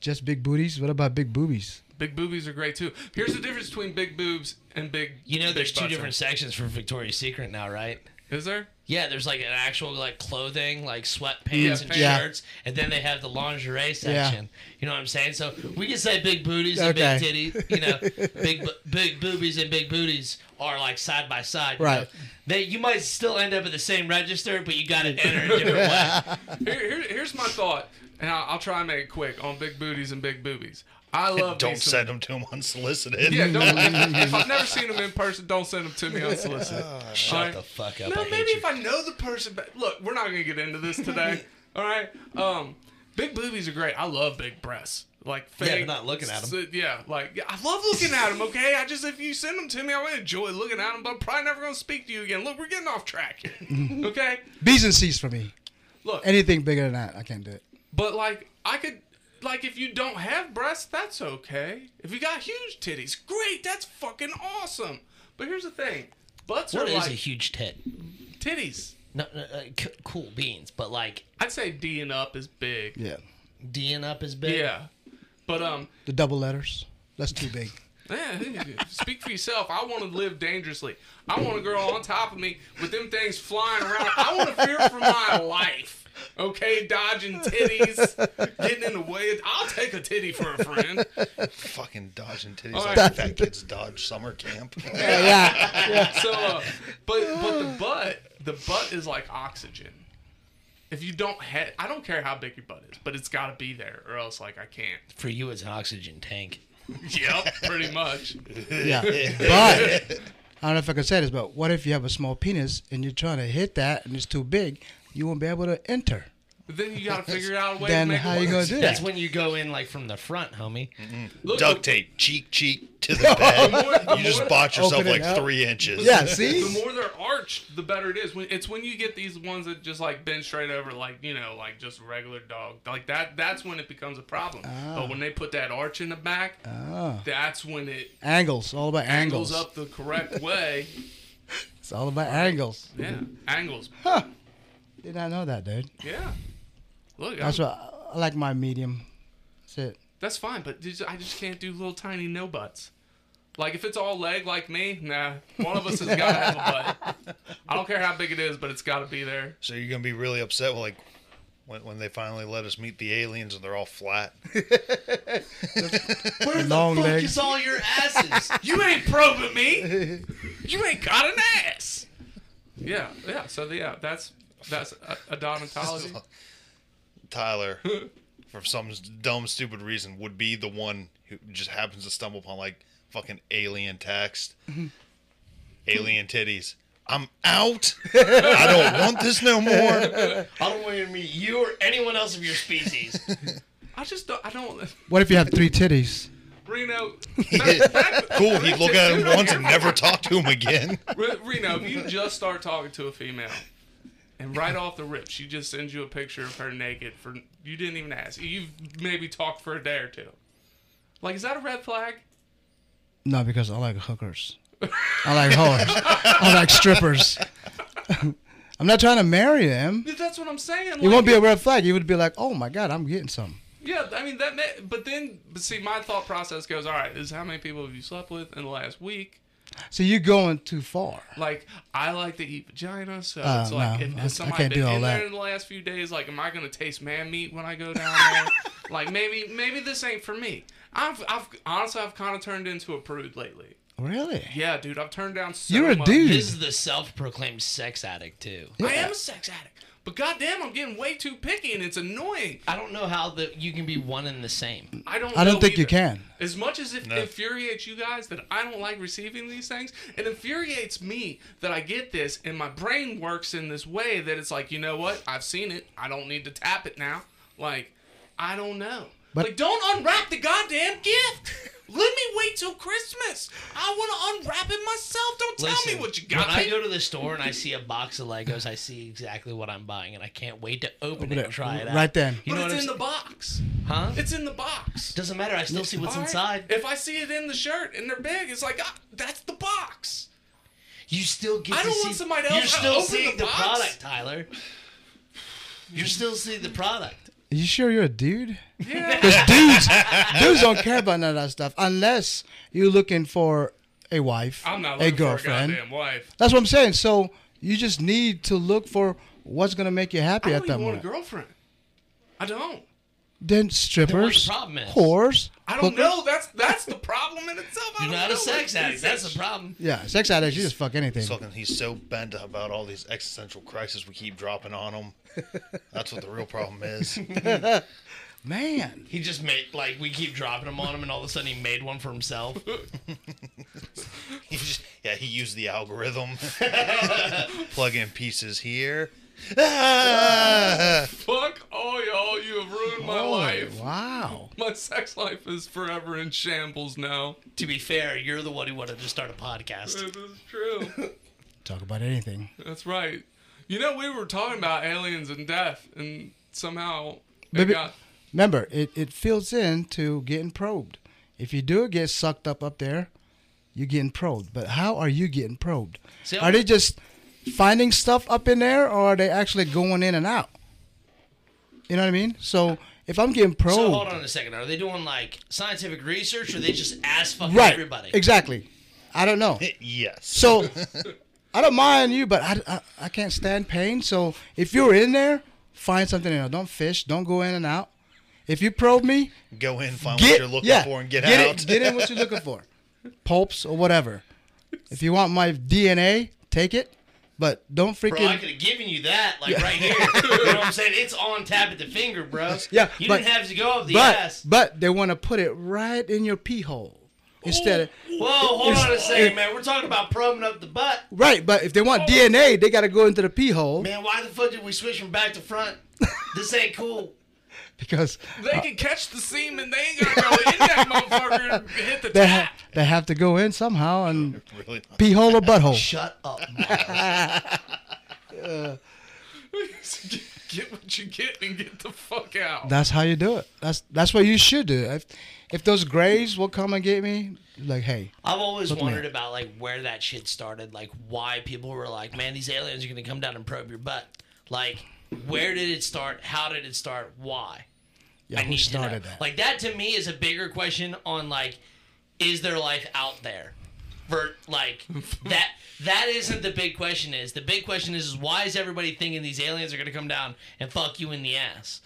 [SPEAKER 6] Just big booties. What about big boobies?
[SPEAKER 1] Big boobies are great too. Here's the difference between big boobs and big
[SPEAKER 5] You know,
[SPEAKER 1] big
[SPEAKER 5] there's two
[SPEAKER 1] butts.
[SPEAKER 5] different sections for Victoria's Secret now, right?
[SPEAKER 1] Is there?
[SPEAKER 5] Yeah, there's like an actual like clothing, like sweatpants and
[SPEAKER 1] pants.
[SPEAKER 6] Yeah.
[SPEAKER 5] shirts, and then they have the lingerie section. You know what I'm saying? So we can say big booties and
[SPEAKER 6] Okay.
[SPEAKER 5] big titties. You know, big bo- big boobies and big booties are like side by side. you
[SPEAKER 6] Right.
[SPEAKER 5] know? They you might still end up at the same register, but you got to enter a different way.
[SPEAKER 1] Here, here, here's my thought, and I'll, I'll try and make it quick on big booties and big boobies. I love me
[SPEAKER 3] Don't
[SPEAKER 1] some-
[SPEAKER 3] send them to him unsolicited.
[SPEAKER 1] Yeah, don't, if I've never seen them in person, don't send them to me unsolicited. All right?
[SPEAKER 5] Shut the fuck up.
[SPEAKER 1] No,
[SPEAKER 5] I hate
[SPEAKER 1] maybe
[SPEAKER 5] you.
[SPEAKER 1] if I know the person. But look, we're not gonna get into this today. all right. Um, big boobies are great. I love big breasts. Like fake.
[SPEAKER 7] they're not looking at 'em.
[SPEAKER 1] so- yeah, like yeah, I love looking at them. Okay, I just if you send them to me, I would enjoy looking at them. But I'm probably never gonna speak to you again. Look, we're getting off track here. okay.
[SPEAKER 6] B's and C's for me.
[SPEAKER 1] Look,
[SPEAKER 6] Anything bigger than that, I can't do it.
[SPEAKER 1] but like I could. Like if you don't have breasts, that's okay. If you got huge titties, great, that's fucking awesome. But here's the thing, butts
[SPEAKER 5] What
[SPEAKER 1] are
[SPEAKER 5] is
[SPEAKER 1] like
[SPEAKER 5] a huge tit?
[SPEAKER 1] titties.
[SPEAKER 5] No, no, uh, c- cool beans, but like
[SPEAKER 1] I'd say D and up is big.
[SPEAKER 6] Yeah.
[SPEAKER 5] D and up is big.
[SPEAKER 1] Yeah. But um
[SPEAKER 6] The double letters. That's too big.
[SPEAKER 1] yeah, speak for yourself. I want to live dangerously. I want a girl on top of me with them things flying around. I want to fear for my life. Okay, dodging titties, getting in the way. I'll take a titty for a friend.
[SPEAKER 3] Fucking dodging titties
[SPEAKER 1] All
[SPEAKER 3] like
[SPEAKER 1] right.
[SPEAKER 3] fat kids dodge summer camp.
[SPEAKER 1] So, uh, but but the butt, the butt is like oxygen. If you don't have, I don't care how big your butt is, but it's got to be there, or else like I can't.
[SPEAKER 5] For you, it's an oxygen tank.
[SPEAKER 1] Yep, pretty much.
[SPEAKER 6] Yeah. but I don't know if I can say this, but what if you have a small penis and you're trying to hit that and it's too big? You won't be able to enter.
[SPEAKER 1] But then you got to figure out a way
[SPEAKER 6] then
[SPEAKER 1] to make
[SPEAKER 6] how
[SPEAKER 1] it
[SPEAKER 6] you
[SPEAKER 1] work.
[SPEAKER 6] gonna do
[SPEAKER 5] That's
[SPEAKER 6] that?
[SPEAKER 5] when you go in like from the front, homie.
[SPEAKER 1] Look,
[SPEAKER 3] Duct tape, cheek, cheek to the bed. You just bought yourself
[SPEAKER 6] Open it
[SPEAKER 3] like
[SPEAKER 6] up.
[SPEAKER 3] three inches.
[SPEAKER 6] Yeah.
[SPEAKER 1] the
[SPEAKER 6] See.
[SPEAKER 1] more they're arched, the better it is. When it's when you get these ones that just like bend straight over, like you know, like just regular dog, like that. That's when it becomes a problem. But
[SPEAKER 6] Ah.
[SPEAKER 1] when they put that arch in the back, that's when it
[SPEAKER 6] Angles. All about Ah. angles.
[SPEAKER 1] goes up the correct way.
[SPEAKER 6] It's all about angles.
[SPEAKER 1] Yeah, angles.
[SPEAKER 6] Did not know that, dude.
[SPEAKER 1] Yeah, look,
[SPEAKER 6] That's
[SPEAKER 1] that's,
[SPEAKER 6] what I like. My medium. That's it.
[SPEAKER 1] that's fine. But just- I just can't do little tiny no butts. Like if it's all leg like me, nah. One of us has got to have a butt. I don't care how big it is, but it's got to be there.
[SPEAKER 3] So you're gonna be really upset when like when, when they finally let us meet the aliens and they're all flat.
[SPEAKER 7] Where the
[SPEAKER 6] Long
[SPEAKER 7] fuck
[SPEAKER 6] legs.
[SPEAKER 7] is all your asses?
[SPEAKER 1] You ain't probing me. You ain't got an ass. Yeah, yeah. So the, yeah, that's that's a, a odontology.
[SPEAKER 3] Tyler, for some dumb stupid reason, would be the one who just happens to stumble upon like fucking alien text, alien titties. I'm out. I don't want this no more.
[SPEAKER 5] I don't want to meet you or anyone else of your species.
[SPEAKER 1] I just don't. I don't.
[SPEAKER 6] What if you have three titties?
[SPEAKER 1] Reno,
[SPEAKER 3] Cool. He'd look at him once and never talk to him again.
[SPEAKER 1] Re- Reno, if you just start talking to a female, and right off the rip, she just sends you a picture of her naked for you didn't even ask. You've maybe talked for a day or two. Like, is that a red flag?
[SPEAKER 6] No, because I like hookers. I like whores. I like strippers. I'm not trying to marry them.
[SPEAKER 1] That's what I'm saying.
[SPEAKER 6] It
[SPEAKER 1] like-
[SPEAKER 6] won't be a red flag. You would be like, oh my god, I'm getting some.
[SPEAKER 1] Yeah, I mean that. May, but then, but see, my thought process goes: All right, this is how many people have you slept with in the last week?
[SPEAKER 6] So you're going too far.
[SPEAKER 1] Like, I like to eat vagina, so
[SPEAKER 6] Oh,
[SPEAKER 1] it's like
[SPEAKER 6] no,
[SPEAKER 1] if,
[SPEAKER 6] I- I
[SPEAKER 1] if somebody
[SPEAKER 6] can't do
[SPEAKER 1] been
[SPEAKER 6] all
[SPEAKER 1] in
[SPEAKER 6] that.
[SPEAKER 1] there in the last few days, like, am I gonna taste man meat when I go down there? like, maybe, maybe this ain't for me. I've, I've honestly, I've kind of turned into a prude lately.
[SPEAKER 6] Really?
[SPEAKER 1] Yeah, dude, I've turned down so
[SPEAKER 6] You're a
[SPEAKER 1] much.
[SPEAKER 6] dude.
[SPEAKER 5] This is the self-proclaimed sex addict too.
[SPEAKER 1] I am a sex addict, but goddamn, I'm getting way too picky, and it's annoying.
[SPEAKER 5] I don't know how that you can be one and the same.
[SPEAKER 1] I don't.
[SPEAKER 6] I don't
[SPEAKER 1] know
[SPEAKER 6] think you
[SPEAKER 1] either.
[SPEAKER 6] can.
[SPEAKER 1] As much as it
[SPEAKER 3] No.
[SPEAKER 1] infuriates you guys that I don't like receiving these things, it infuriates me that I get this, and my brain works in this way that it's like, you know what? I've seen it. I don't need to tap it now. Like, I don't know.
[SPEAKER 6] But-
[SPEAKER 1] like, don't unwrap the goddamn gift. Let me wait till Christmas. I want to unwrap it myself. Don't tell me what you got.
[SPEAKER 5] When I
[SPEAKER 1] me.
[SPEAKER 5] go to the store and I see a box of Legos, I see exactly what I'm buying, and I can't wait to open,
[SPEAKER 6] Open
[SPEAKER 5] it
[SPEAKER 6] it.
[SPEAKER 5] and try it out.
[SPEAKER 6] Right then.
[SPEAKER 5] You
[SPEAKER 1] but
[SPEAKER 5] know
[SPEAKER 1] it's
[SPEAKER 5] what
[SPEAKER 1] in
[SPEAKER 5] I'm
[SPEAKER 1] the box.
[SPEAKER 5] Huh?
[SPEAKER 1] It's in the box.
[SPEAKER 5] Doesn't matter. I still see what's
[SPEAKER 1] All right?
[SPEAKER 5] inside.
[SPEAKER 1] If I see it in the shirt and they're big, it's like, ah, that's the box.
[SPEAKER 5] You still get.
[SPEAKER 1] I
[SPEAKER 5] to
[SPEAKER 1] don't want
[SPEAKER 5] see-
[SPEAKER 1] somebody
[SPEAKER 5] You're
[SPEAKER 1] else to
[SPEAKER 5] still
[SPEAKER 1] open
[SPEAKER 5] seeing
[SPEAKER 1] the
[SPEAKER 5] the,
[SPEAKER 1] box.
[SPEAKER 5] product, Tyler. You're still seeing the product.
[SPEAKER 6] Are you sure you're a dude?
[SPEAKER 1] Yeah.
[SPEAKER 6] Dudes, dudes don't care about none of that stuff unless you're looking for a wife,
[SPEAKER 1] I'm not
[SPEAKER 6] a
[SPEAKER 1] looking
[SPEAKER 6] girlfriend.
[SPEAKER 1] for a goddamn wife.
[SPEAKER 6] That's what I'm saying. So you just need to look for what's gonna make you
[SPEAKER 1] I
[SPEAKER 6] happy
[SPEAKER 1] don't
[SPEAKER 6] at that
[SPEAKER 1] even want a
[SPEAKER 6] moment.
[SPEAKER 1] girlfriend. I don't.
[SPEAKER 6] Then
[SPEAKER 5] Then what the
[SPEAKER 6] strippers,
[SPEAKER 5] problem is?
[SPEAKER 6] whores.
[SPEAKER 1] I don't
[SPEAKER 6] hookers.
[SPEAKER 1] know. That's that's the problem in itself. I
[SPEAKER 5] You're
[SPEAKER 1] don't
[SPEAKER 5] not
[SPEAKER 1] know
[SPEAKER 5] a sex
[SPEAKER 1] what it
[SPEAKER 5] addict.
[SPEAKER 1] is.
[SPEAKER 5] That's the problem.
[SPEAKER 6] Yeah, sex addicts. You just fuck anything.
[SPEAKER 3] He's fucking- he's so bent about all these existential crises we keep dropping on him. That's what the real problem is.
[SPEAKER 6] Man,
[SPEAKER 5] He just made like we keep dropping them on him, and all of a sudden he made one for himself.
[SPEAKER 3] He just, yeah, he used the algorithm. Plug in pieces here. Ah!
[SPEAKER 1] Fuck all y'all. You have ruined my life.
[SPEAKER 6] Oh, wow.
[SPEAKER 1] My sex life is forever in shambles now.
[SPEAKER 5] to be fair, you're the one who wanted to start a podcast.
[SPEAKER 1] This is true.
[SPEAKER 6] Talk about anything.
[SPEAKER 1] that's right. You know, we were talking about aliens and death, and somehow it
[SPEAKER 6] Maybe-
[SPEAKER 1] got.
[SPEAKER 6] Remember, it it fills in to getting probed. If you do get sucked up up there, you're getting probed. But how are you getting probed?
[SPEAKER 5] See,
[SPEAKER 6] are
[SPEAKER 5] I'm-
[SPEAKER 6] they just finding stuff up in there, or are they actually going in and out? You know what I mean? So if I'm getting probed,
[SPEAKER 5] So hold on a second. Are they doing like scientific research, or they just ask fucking
[SPEAKER 6] right?
[SPEAKER 5] everybody?
[SPEAKER 6] Exactly. I don't know.
[SPEAKER 3] yes.
[SPEAKER 6] So I don't mind you, but I, I, I can't stand pain. So if you're in there, find something else. Don't fish. Don't go in and out. If you probe me,
[SPEAKER 3] go in, find
[SPEAKER 6] get
[SPEAKER 3] what you're looking
[SPEAKER 6] yeah,
[SPEAKER 3] for, and get,
[SPEAKER 6] it-
[SPEAKER 3] out.
[SPEAKER 6] get in what you're looking for, pulps or whatever. If you want my DNA, take it, but don't freaking.
[SPEAKER 5] Bro, I could have given you that, like right here. you know what I'm saying? It's on tap at the finger, bro.
[SPEAKER 6] Yeah,
[SPEAKER 5] You
[SPEAKER 6] but-
[SPEAKER 5] didn't have to go up the
[SPEAKER 6] but
[SPEAKER 5] ass.
[SPEAKER 6] but they want to put it right in your pee hole instead of
[SPEAKER 5] Whoa, hold on a second, man. We're talking about probing up the butt.
[SPEAKER 6] right. But if they
[SPEAKER 3] Oh.
[SPEAKER 6] want DNA, they got to go into the pee hole
[SPEAKER 5] Man, why the fuck did we switch from back to front? This ain't cool.
[SPEAKER 6] because
[SPEAKER 1] They can
[SPEAKER 6] Uh,
[SPEAKER 1] catch the semen. They ain't gonna go in that motherfucker and hit the
[SPEAKER 6] they
[SPEAKER 1] tap.
[SPEAKER 6] ha- they have to go in somehow and
[SPEAKER 3] really?
[SPEAKER 6] pee hole or butthole.
[SPEAKER 5] Shut up.
[SPEAKER 1] Get- get what you get and get the fuck out.
[SPEAKER 6] That's how you do it. That's that's what you should do. If if those grays will come and get me, like hey,
[SPEAKER 5] I've always
[SPEAKER 6] Look,
[SPEAKER 5] wondered
[SPEAKER 6] man.
[SPEAKER 5] about like where that shit started, like why people were like, "Man, these aliens are gonna come down and probe your butt." Like, where did it start? How did it start? Why?
[SPEAKER 6] yeah,
[SPEAKER 5] I
[SPEAKER 6] who
[SPEAKER 5] need to know.
[SPEAKER 6] started that?
[SPEAKER 5] Like that to me is a bigger question on like, is there life out there? For like that that isn't the big question. Is the big question is, is why is everybody thinking these aliens are gonna come down and fuck you in the ass?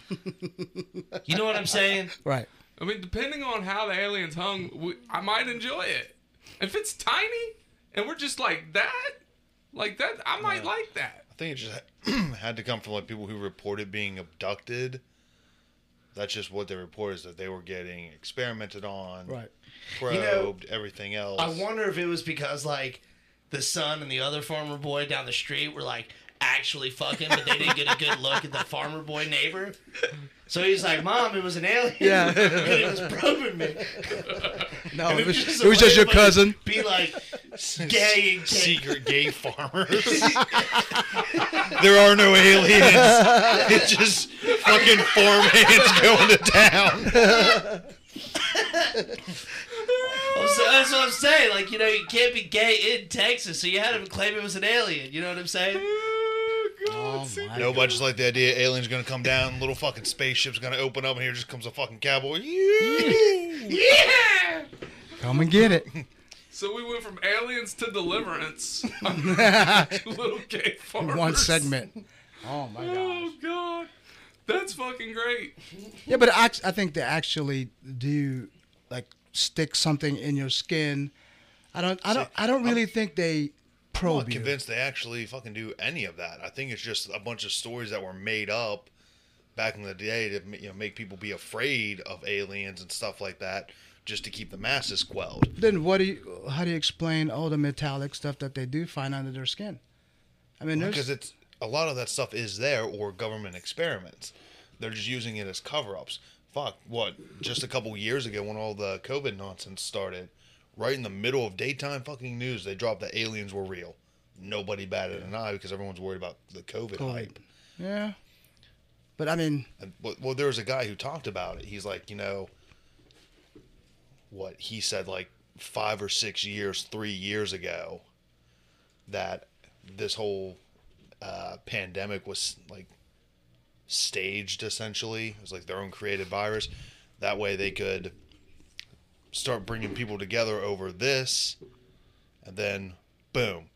[SPEAKER 5] you know what I'm saying?
[SPEAKER 6] right.
[SPEAKER 1] I mean, depending on how the aliens hung, we, I might enjoy it. If it's tiny and we're just like that, like that, I might like that.
[SPEAKER 3] I think it just ha- had to come from like people who reported being abducted. That's just what they reported is that they were getting experimented on,
[SPEAKER 6] Right.
[SPEAKER 3] Probed,
[SPEAKER 5] You know,
[SPEAKER 3] everything else.
[SPEAKER 5] I wonder if it was because like the son and the other farmer boy down the street were like actually fucking, but they didn't get a good look at the farmer boy neighbor. So he's like, "Mom, it was an alien.
[SPEAKER 6] Yeah.
[SPEAKER 5] and it was probing me."
[SPEAKER 6] No,
[SPEAKER 5] And
[SPEAKER 6] it was,
[SPEAKER 5] just
[SPEAKER 6] it was
[SPEAKER 5] a way
[SPEAKER 6] just your
[SPEAKER 5] to fucking
[SPEAKER 6] cousin.
[SPEAKER 5] Be like gay and gay.
[SPEAKER 3] secret gay farmers. there are no aliens. It's just fucking farmhands going to town.
[SPEAKER 5] I'm so- that's what I'm saying. Like, you know, you can't be gay in Texas, so you had him claim it was an alien. You know what I'm saying?
[SPEAKER 1] Oh, God,
[SPEAKER 6] Oh,
[SPEAKER 1] see,
[SPEAKER 3] Nobody just like the idea aliens gonna come down, little fucking spaceship's gonna open up, and here just comes a fucking cowboy. Yeah.
[SPEAKER 6] Come and get it.
[SPEAKER 1] So we went from aliens to deliverance. Little gay farmers.
[SPEAKER 6] One segment. Oh my gosh.
[SPEAKER 1] Oh god, that's fucking great.
[SPEAKER 6] Yeah, but I, I think they actually do like stick something in your skin. I don't I don't I don't really think they
[SPEAKER 3] I'm
[SPEAKER 6] probe
[SPEAKER 3] not
[SPEAKER 6] you.
[SPEAKER 3] convinced they actually fucking do any of that. I think it's just a bunch of stories that were made up back in the day to you know make people be afraid of aliens and stuff like that, just to keep the masses quelled.
[SPEAKER 6] Then what do you how do you explain all the metallic stuff that they do find under their skin? I mean,
[SPEAKER 3] Because it's
[SPEAKER 6] there's,
[SPEAKER 3] a lot of that stuff is there or government experiments. They're just using it as cover-ups. Fuck, what? Just a couple years ago when all the COVID nonsense started, right in the middle of daytime fucking news, they dropped that aliens were real. Nobody batted an eye because everyone's worried about the COVID.
[SPEAKER 6] COVID.
[SPEAKER 3] hype.
[SPEAKER 6] yeah. But I mean,
[SPEAKER 3] And, well, well, there was a guy who talked about it. He's like, you know, what he said like five or six years, three years ago, that this whole uh, pandemic was like staged essentially. It was like their own created virus. That way they could start bringing people together over this, and then boom,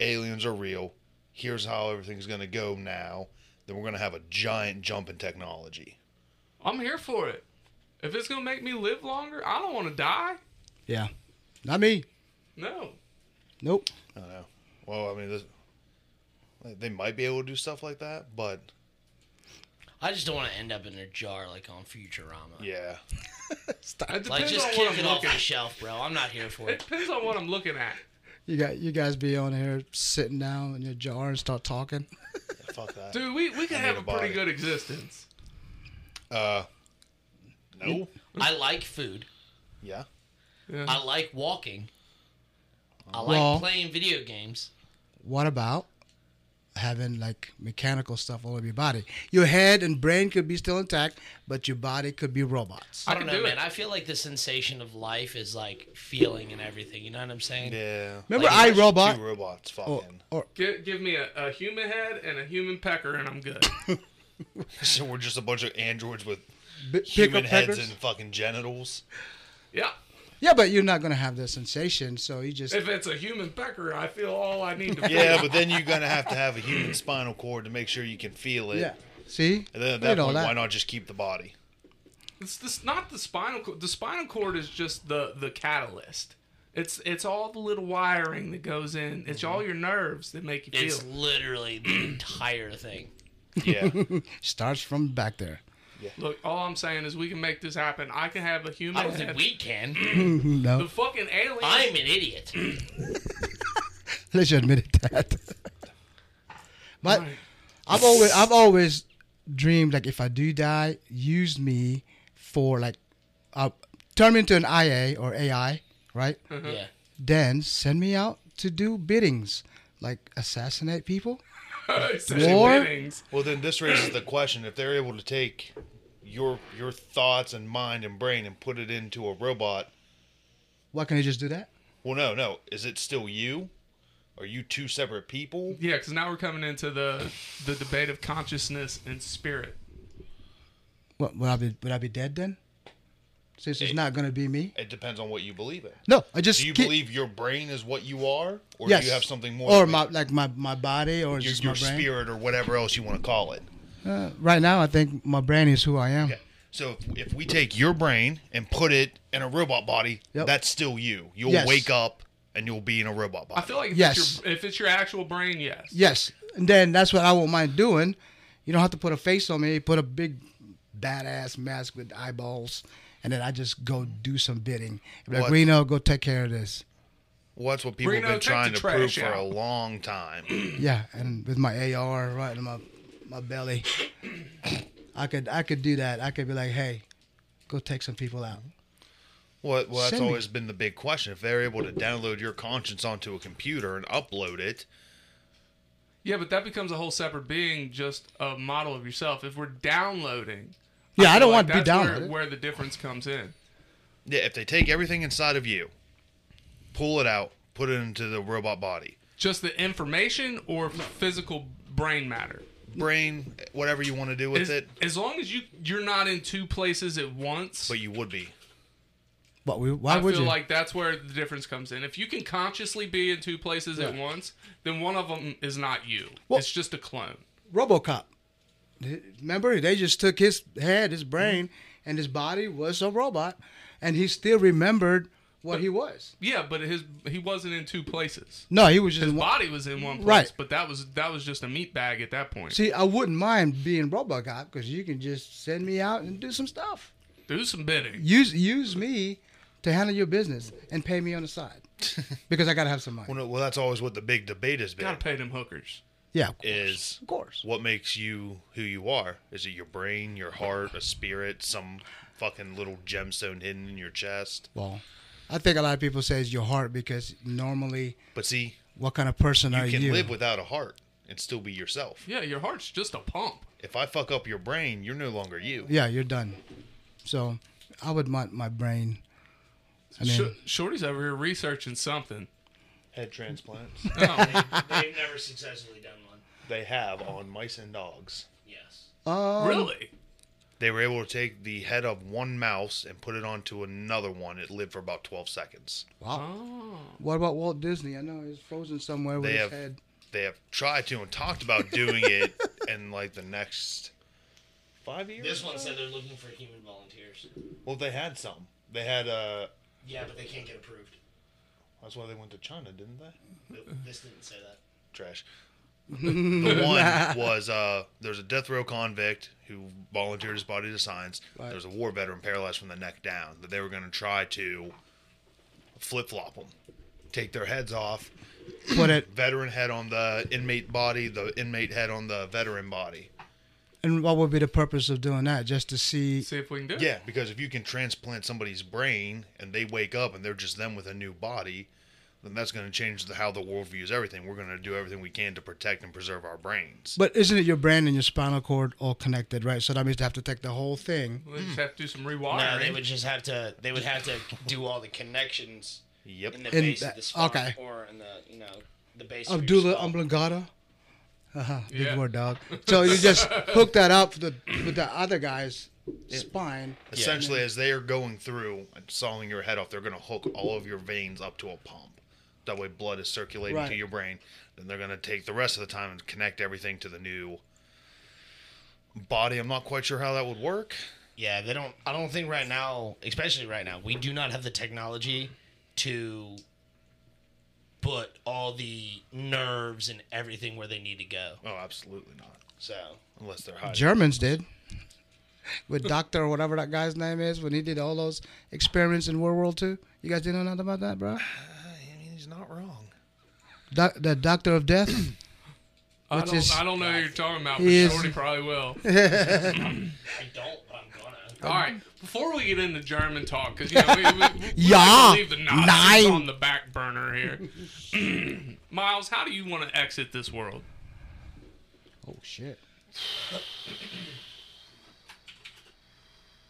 [SPEAKER 3] aliens are real. Here's how everything's going to go now. Then we're going to have a giant jump in technology.
[SPEAKER 1] I'm here for it. If it's gonna make me live longer, I don't want to die.
[SPEAKER 6] yeah. Not me.
[SPEAKER 1] No.
[SPEAKER 6] Nope.
[SPEAKER 3] I don't know. Well, I mean, this, like, they might be able to do stuff like that, but
[SPEAKER 5] I just don't want to end up in a jar like on Futurama.
[SPEAKER 3] yeah,
[SPEAKER 1] It depends
[SPEAKER 5] Like, just
[SPEAKER 1] on what
[SPEAKER 5] kick
[SPEAKER 1] I'm
[SPEAKER 5] it off
[SPEAKER 1] looking.
[SPEAKER 5] the shelf, bro. I'm not here for
[SPEAKER 1] It
[SPEAKER 5] it.
[SPEAKER 1] depends on what I'm looking at.
[SPEAKER 6] You got you guys be on here sitting down in your jar and start talking.
[SPEAKER 3] fuck that.
[SPEAKER 1] Dude, we, we could
[SPEAKER 3] need
[SPEAKER 1] have
[SPEAKER 3] a
[SPEAKER 1] a pretty
[SPEAKER 3] body.
[SPEAKER 1] good existence.
[SPEAKER 3] Uh, no.
[SPEAKER 5] I like food.
[SPEAKER 3] Yeah.
[SPEAKER 5] I like walking. I like
[SPEAKER 6] Well-
[SPEAKER 5] playing video games.
[SPEAKER 6] What about having like mechanical stuff all over your body? Your head and brain could be still intact, but your body could be robots.
[SPEAKER 5] I, don't
[SPEAKER 1] can
[SPEAKER 5] know,
[SPEAKER 1] do
[SPEAKER 5] man.
[SPEAKER 1] it.
[SPEAKER 5] I feel like the sensation of life is like feeling and everything. You know what I'm saying?
[SPEAKER 3] Yeah.
[SPEAKER 6] Remember
[SPEAKER 5] Like,
[SPEAKER 6] iRobot? Oh.
[SPEAKER 3] Two robots
[SPEAKER 6] Or,
[SPEAKER 3] fucking.
[SPEAKER 6] or
[SPEAKER 1] Give, give me a, a human head and a human pecker, and I'm good.
[SPEAKER 3] So we're just a bunch of androids with
[SPEAKER 6] b-
[SPEAKER 3] human
[SPEAKER 6] pickup
[SPEAKER 3] heads
[SPEAKER 6] peckers?
[SPEAKER 3] and fucking genitals.
[SPEAKER 1] yeah.
[SPEAKER 6] Yeah, but you're not gonna have the sensation, so you just
[SPEAKER 1] If it's a human pecker, I feel all I need to feel.
[SPEAKER 3] Yeah, but then you're gonna have to have a human spinal cord to make sure you can feel it.
[SPEAKER 6] yeah. See,
[SPEAKER 3] And then at
[SPEAKER 6] Look
[SPEAKER 3] that
[SPEAKER 6] at all
[SPEAKER 3] point,
[SPEAKER 6] that.
[SPEAKER 3] why not just keep the body?
[SPEAKER 1] It's this, not the spinal cord. The spinal cord is just the, the catalyst. It's it's all the little wiring that goes in. It's all your nerves that make you feel.
[SPEAKER 5] It's literally the entire thing.
[SPEAKER 3] Yeah.
[SPEAKER 6] starts from back there.
[SPEAKER 1] Look, all I'm saying is we can make this happen. I can have a human
[SPEAKER 5] I don't
[SPEAKER 1] head.
[SPEAKER 5] think we can. Uh-huh.
[SPEAKER 1] the
[SPEAKER 6] No,
[SPEAKER 1] fucking aliens.
[SPEAKER 5] I'm an idiot.
[SPEAKER 6] let's admit it that. but
[SPEAKER 1] Right.
[SPEAKER 6] I've always I've always dreamed like if I do die, use me for like, uh, turn me into an IA or AI, right?
[SPEAKER 5] Yeah.
[SPEAKER 6] Then send me out to do biddings, like assassinate people.
[SPEAKER 1] Essentially
[SPEAKER 6] War?
[SPEAKER 1] winnings.
[SPEAKER 3] Well, then this raises the question: if they're able to take your your thoughts and mind and brain and put it into a robot,
[SPEAKER 6] Why can't you just do that?
[SPEAKER 3] well, no, no, is it still you? Are you two separate people?
[SPEAKER 1] Yeah, because now we're coming into the the debate of consciousness and spirit.
[SPEAKER 6] What, would I be would I be dead then? Since it's not gonna be me.
[SPEAKER 3] It depends on what you believe in.
[SPEAKER 6] No, I just
[SPEAKER 3] Do you
[SPEAKER 6] keep-
[SPEAKER 3] believe your brain is what you are, or do you have something more?
[SPEAKER 6] or
[SPEAKER 3] than
[SPEAKER 6] my like my my body or
[SPEAKER 3] your,
[SPEAKER 6] just
[SPEAKER 3] your
[SPEAKER 6] my brain.
[SPEAKER 3] spirit or whatever else you want to call it.
[SPEAKER 6] Right now, I think my brain is who I am.
[SPEAKER 3] Okay. So if, if we take your brain and put it in a robot body,
[SPEAKER 6] Yep.
[SPEAKER 3] that's still you. You'll
[SPEAKER 6] Yes.
[SPEAKER 3] wake up and you'll be in a robot body.
[SPEAKER 1] I feel like if,
[SPEAKER 6] Yes.
[SPEAKER 1] it's, your, if it's your actual brain, yes.
[SPEAKER 6] Yes, and then that's what I won't mind doing. You don't have to put a face on me. Put a big badass mask with eyeballs, and then I just go do some bidding. Be Like
[SPEAKER 3] What?
[SPEAKER 6] Reno, go take care of this.
[SPEAKER 3] well, that's what people
[SPEAKER 1] Reno,
[SPEAKER 3] have been
[SPEAKER 1] take the
[SPEAKER 3] trying to
[SPEAKER 1] trash
[SPEAKER 3] prove for a
[SPEAKER 1] out.
[SPEAKER 3] long time.
[SPEAKER 6] Yeah, and with my AR right in my my belly, I could I could do that. I could be like, hey, go take some people out.
[SPEAKER 3] Well, well that's
[SPEAKER 6] Send me-
[SPEAKER 3] always been the big question. If they're able to download your conscience onto a computer and upload it,
[SPEAKER 1] Yeah, but that becomes a whole separate being, just a model of yourself. If we're downloading,
[SPEAKER 6] Yeah, I, don't
[SPEAKER 1] like,
[SPEAKER 6] want to be
[SPEAKER 1] that's
[SPEAKER 6] down.
[SPEAKER 1] Where, where the difference comes in.
[SPEAKER 3] yeah, if they take everything inside of you, pull it out, put it into the robot body,
[SPEAKER 1] Just the information or physical brain matter.
[SPEAKER 3] brain, whatever you want to do with
[SPEAKER 1] As,
[SPEAKER 3] it,
[SPEAKER 1] as long as you you're not in two places at once,
[SPEAKER 3] but you would be.
[SPEAKER 6] But we, why
[SPEAKER 1] I
[SPEAKER 6] would
[SPEAKER 1] feel
[SPEAKER 6] you?
[SPEAKER 1] like that's where the difference comes in. If you can consciously be in two places at
[SPEAKER 6] Yeah.
[SPEAKER 1] once, then one of them is not you. it's just a clone.
[SPEAKER 6] RoboCop. Remember, they just took his head, his brain, and his body was a robot, and he still remembered what he was.
[SPEAKER 1] Yeah, but his he wasn't in two places.
[SPEAKER 6] No, he was just
[SPEAKER 1] His
[SPEAKER 6] one-
[SPEAKER 1] body was in one place,
[SPEAKER 6] Right.
[SPEAKER 1] but that was that was just a meat bag at that point.
[SPEAKER 6] See, I wouldn't mind being RoboCop because you can just send me out and do some stuff.
[SPEAKER 1] Do some bidding.
[SPEAKER 6] Use use me to handle your business and pay me on the side because I gotta have some money.
[SPEAKER 3] Well, no, well, that's always what the big debate has been.
[SPEAKER 1] Gotta pay them hookers.
[SPEAKER 6] Yeah, of course.
[SPEAKER 3] Is
[SPEAKER 6] Of course.
[SPEAKER 3] what makes you who you are? Is it your brain, your heart, a spirit, some fucking little gemstone hidden in your chest?
[SPEAKER 6] Well, I think a lot of people say it's your heart because normally,
[SPEAKER 3] But see,
[SPEAKER 6] what kind of person are
[SPEAKER 3] you can
[SPEAKER 6] you?
[SPEAKER 3] live without a heart and still be yourself.
[SPEAKER 1] Yeah, your heart's just a pump.
[SPEAKER 3] If I fuck up your brain, you're no longer you.
[SPEAKER 6] yeah, you're done. So, I would want my brain. I mean,
[SPEAKER 1] Sh- Shorty's over here researching something.
[SPEAKER 3] Head transplants.
[SPEAKER 5] They've never successfully done one.
[SPEAKER 3] they have on mice and dogs.
[SPEAKER 5] Yes.
[SPEAKER 6] um,
[SPEAKER 1] really?
[SPEAKER 3] They were able to take the head of one mouse and put it onto another one. It lived for about 12 seconds.
[SPEAKER 6] What about Walt Disney? I know he's frozen somewhere with
[SPEAKER 3] They
[SPEAKER 6] his
[SPEAKER 3] have-
[SPEAKER 6] head.
[SPEAKER 3] They have tried to and talked about doing it in like the next five years.
[SPEAKER 5] This one said they're looking for human volunteers.
[SPEAKER 3] Well, they had some. They had. uh
[SPEAKER 5] Yeah, but they can't get approved.
[SPEAKER 3] That's why they went to China, didn't they?
[SPEAKER 5] Nope, This didn't say that.
[SPEAKER 3] Trash. the one was uh, there's a death row convict who volunteered his body to science.
[SPEAKER 6] Right.
[SPEAKER 3] There's a war veteran paralyzed from the neck down that they were going to try to flip flop them, take their heads off,
[SPEAKER 6] Put it,
[SPEAKER 3] veteran head on the inmate body, the inmate head on the veteran body.
[SPEAKER 6] and what would be the purpose of doing that? Just to see.
[SPEAKER 1] See if we can do it.
[SPEAKER 3] Yeah, because if you can transplant somebody's brain and they wake up and they're just them with a new body, then that's going to change the, how the world views everything. We're going to do everything we can to protect and preserve our brains.
[SPEAKER 6] But isn't it your brain and your spinal cord all connected, right? So that means they have to take the whole thing.
[SPEAKER 1] We just have to do some
[SPEAKER 5] No,
[SPEAKER 1] rewiring.
[SPEAKER 5] Uh, they would just have to. They would have to do all the connections
[SPEAKER 3] Yep.
[SPEAKER 5] in the
[SPEAKER 6] In
[SPEAKER 5] base
[SPEAKER 6] that-
[SPEAKER 5] of the spine
[SPEAKER 6] okay.
[SPEAKER 5] or in the you know the base of your
[SPEAKER 6] Abdullah
[SPEAKER 5] skull.
[SPEAKER 6] Umblingata. Uh-huh, good
[SPEAKER 1] Yeah.
[SPEAKER 6] word, dog. So you just hook that up with the, with the other guy's spine.
[SPEAKER 3] Essentially, as they are going through and sawing your head off, they're going to hook all of your veins up to a pump. That way, blood is circulating
[SPEAKER 6] Right.
[SPEAKER 3] to your brain. Then they're going to take the rest of the time and connect everything to the new body. I'm not quite sure how that would work.
[SPEAKER 5] Yeah, they don't. I don't think right now, especially right now, we do not have the technology to put all the nerves and everything where they need to go.
[SPEAKER 3] Oh, absolutely not.
[SPEAKER 5] So
[SPEAKER 3] Unless they're hiding.
[SPEAKER 6] Germans did. With Doctor or whatever that guy's name is, when he did all those experiments in World War II. You guys didn't know nothing about that, bro?
[SPEAKER 3] Uh, I mean, he's not wrong.
[SPEAKER 6] Doc, the Doctor of Death?
[SPEAKER 1] I
[SPEAKER 6] which
[SPEAKER 1] don't,
[SPEAKER 6] is-
[SPEAKER 1] I don't know who you're talking about, but
[SPEAKER 6] Yes.
[SPEAKER 1] Shorty probably will.
[SPEAKER 5] I don't, but I'm gonna.
[SPEAKER 1] All right, before we get into German talk, because you know we, we, we like to
[SPEAKER 6] Yeah,
[SPEAKER 1] leave the Nazis
[SPEAKER 6] nein.
[SPEAKER 1] on the back burner here. Miles, how do you want to exit this world?
[SPEAKER 6] Oh shit.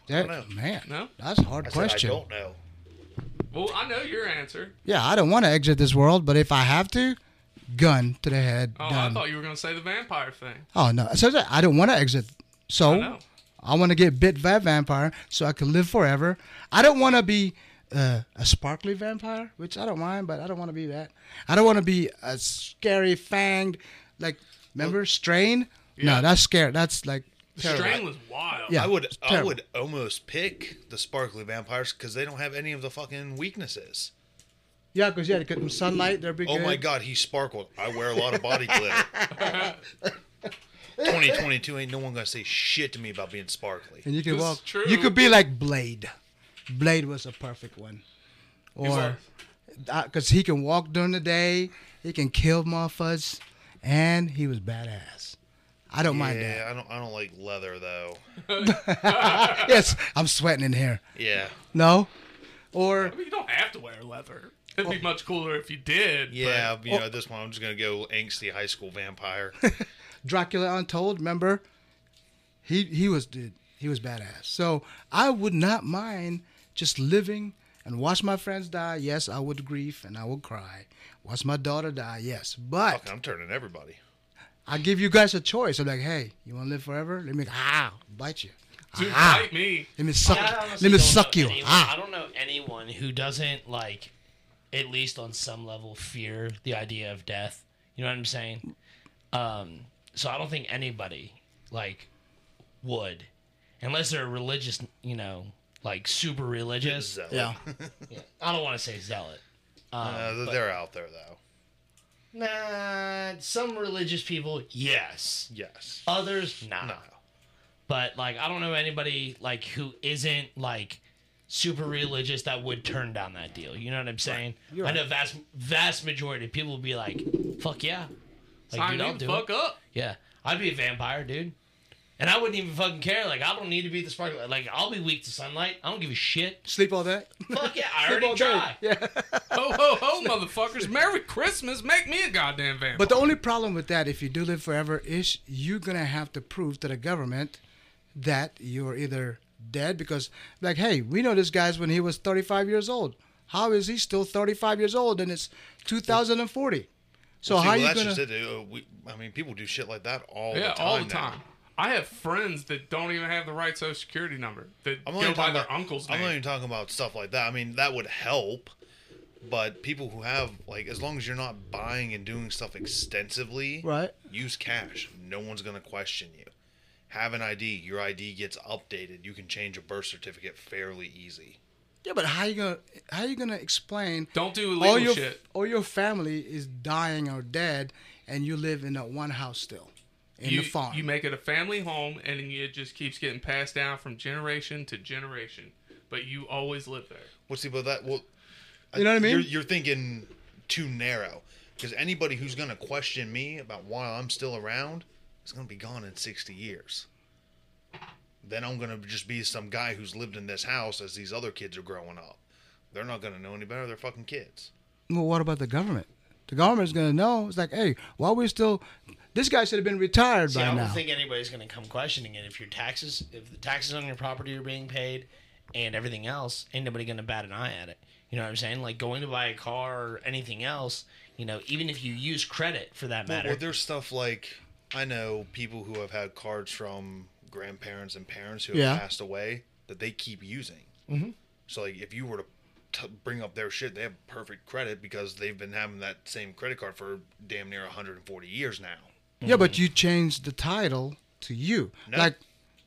[SPEAKER 6] That,
[SPEAKER 3] know.
[SPEAKER 6] man,
[SPEAKER 1] No?
[SPEAKER 6] that's a hard
[SPEAKER 3] I said,
[SPEAKER 6] question.
[SPEAKER 3] I don't know.
[SPEAKER 1] Well, I know your answer.
[SPEAKER 6] yeah, I don't want to exit this world, but if I have to, gun to the head,
[SPEAKER 1] Oh, I
[SPEAKER 6] done.
[SPEAKER 1] thought you were going to say the vampire thing.
[SPEAKER 6] oh no, so that- I don't want to exit.
[SPEAKER 1] I
[SPEAKER 6] So
[SPEAKER 1] know.
[SPEAKER 6] I want to get bit by a vampire so I can live forever. I don't want to be uh, a sparkly vampire, which I don't mind, but I don't want to be that. I don't want to be a scary fanged, like remember strain?
[SPEAKER 1] Yeah.
[SPEAKER 6] No, that's scary. That's like terrible.
[SPEAKER 1] Strain was wild.
[SPEAKER 6] Yeah,
[SPEAKER 3] I would.
[SPEAKER 6] it's
[SPEAKER 3] I
[SPEAKER 6] terrible.
[SPEAKER 3] would almost pick the sparkly vampires because they don't have any of the fucking weaknesses.
[SPEAKER 6] Yeah, because yeah, they could- sunlight, they're big.
[SPEAKER 3] Oh my god, he sparkled. I wear a lot of body glitter. 2022 ain't no one gonna say shit to me about being sparkly.
[SPEAKER 6] And you could
[SPEAKER 1] This
[SPEAKER 6] walk.
[SPEAKER 1] is true.
[SPEAKER 6] You could be like Blade. Blade was a perfect one. Or,
[SPEAKER 1] was.
[SPEAKER 6] because he can walk during the day, he can kill motherfuckers, and he was badass. I don't mind that.
[SPEAKER 3] Yeah, I don't. I don't like leather though.
[SPEAKER 6] Yes, I'm sweating in here.
[SPEAKER 3] Yeah.
[SPEAKER 6] No, or
[SPEAKER 1] I mean, you don't have to wear leather. It'd be much cooler if you did.
[SPEAKER 3] Yeah, uh, you know, at this point, I'm just gonna go angsty high school vampire.
[SPEAKER 6] Dracula Untold. Remember, he he was dude. He was badass. So I would not mind just living and watch my friends die. Yes, I would grieve and I would cry. Watch my daughter die. Yes, but
[SPEAKER 3] Fuck, I'm turning everybody.
[SPEAKER 6] I give you guys a choice. I'm like, hey, you want to live forever? Let me ah bite you.
[SPEAKER 1] Dude,
[SPEAKER 6] Ah.
[SPEAKER 1] fight me.
[SPEAKER 6] Let me suck.
[SPEAKER 5] I honestly
[SPEAKER 6] let me
[SPEAKER 5] don't
[SPEAKER 6] suck
[SPEAKER 5] know
[SPEAKER 6] you.
[SPEAKER 5] anyone- I
[SPEAKER 6] Ah.
[SPEAKER 5] don't know anyone who doesn't like, at least on some level, fear the idea of death. You know what I'm saying? Um, so I don't think anybody like would, unless they're religious. You know, like super religious.
[SPEAKER 3] Zealot.
[SPEAKER 6] Yeah.
[SPEAKER 5] I don't want to say zealot.
[SPEAKER 3] Uh, th- they're out there though.
[SPEAKER 5] Nah, some religious people, yes.
[SPEAKER 3] Yes.
[SPEAKER 5] Others, nah.
[SPEAKER 3] No.
[SPEAKER 5] But like, I don't know anybody like who isn't like super religious that would turn down that deal. You know what I'm saying? I know vast vast majority of people would be like, "Fuck yeah!" Like,
[SPEAKER 1] Sign
[SPEAKER 5] dude,
[SPEAKER 1] me
[SPEAKER 5] I'll
[SPEAKER 1] the
[SPEAKER 5] do
[SPEAKER 1] fuck
[SPEAKER 5] it.
[SPEAKER 1] up.
[SPEAKER 5] Yeah, I'd be a vampire, dude. And I wouldn't even fucking care. Like, I don't need to be the sparkle. Like, I'll be weak to sunlight. I don't give a shit.
[SPEAKER 6] Sleep all day.
[SPEAKER 5] Fuck yeah, I already tried.
[SPEAKER 1] Ho ho ho, motherfuckers! Merry Christmas! Make me a goddamn vampire.
[SPEAKER 6] But the only problem with that, if you do live forever, is you're gonna have to prove to the government that you're either dead because, like, hey, we know this guy's when he was 35 years old. How is he still 35 years old and it's 2040? So
[SPEAKER 3] See,
[SPEAKER 6] how
[SPEAKER 3] well,
[SPEAKER 6] you
[SPEAKER 3] that's
[SPEAKER 6] gonna?
[SPEAKER 3] just it. Uh, we, I mean, people do shit like that all
[SPEAKER 1] yeah,
[SPEAKER 3] the time.
[SPEAKER 1] all the
[SPEAKER 3] now.
[SPEAKER 1] time. I have friends that don't even have the right social security number that
[SPEAKER 3] I'm not
[SPEAKER 1] go
[SPEAKER 3] even
[SPEAKER 1] by
[SPEAKER 3] talking
[SPEAKER 1] their
[SPEAKER 3] about,
[SPEAKER 1] uncle's
[SPEAKER 3] I'm not
[SPEAKER 1] name.
[SPEAKER 3] even talking about stuff like that. I mean, that would help, but people who have like, as long as you're not buying and doing stuff extensively,
[SPEAKER 6] Right.
[SPEAKER 3] Use cash. No one's gonna question you. Have an ID. Your ID gets updated. You can change a birth certificate fairly easy.
[SPEAKER 6] Yeah, but how you gonna how you gonna explain?
[SPEAKER 1] Don't do
[SPEAKER 6] all
[SPEAKER 1] illegal
[SPEAKER 6] your
[SPEAKER 1] shit.
[SPEAKER 6] all your family is dying or dead, and you live in that one house still in
[SPEAKER 1] you,
[SPEAKER 6] the farm.
[SPEAKER 1] you make it a family home, and it just keeps getting passed down from generation to generation. But you always live there.
[SPEAKER 3] Well, see, but that well,
[SPEAKER 6] You know what I mean?
[SPEAKER 3] You're, you're thinking too narrow because anybody who's gonna question me about why I'm still around is gonna be gone in 60 years. Then I'm gonna just be some guy who's lived in this house as these other kids are growing up. They're not gonna know any better. They're fucking kids.
[SPEAKER 6] Well, what about the government? The government's gonna know. It's like, hey, why we still? This guy should have been retired
[SPEAKER 5] See, I
[SPEAKER 6] by
[SPEAKER 5] don't
[SPEAKER 6] now.
[SPEAKER 5] think anybody's going to come questioning it. If your taxes, if the taxes on your property are being paid, and everything else, ain't nobody going to bat an eye at it. You know what I'm saying? Like going to buy a car or anything else. You know, even if you use credit for that matter.
[SPEAKER 3] Well, there's stuff like I know people who have had cards from grandparents and parents who have
[SPEAKER 6] Yeah.
[SPEAKER 3] passed away that they keep using. Mm-hmm. So like, if you were to t- bring up their shit, they have perfect credit because they've been having that same credit card for damn near 140 years now.
[SPEAKER 6] yeah, but you changed the title to you.
[SPEAKER 3] No.
[SPEAKER 6] Like,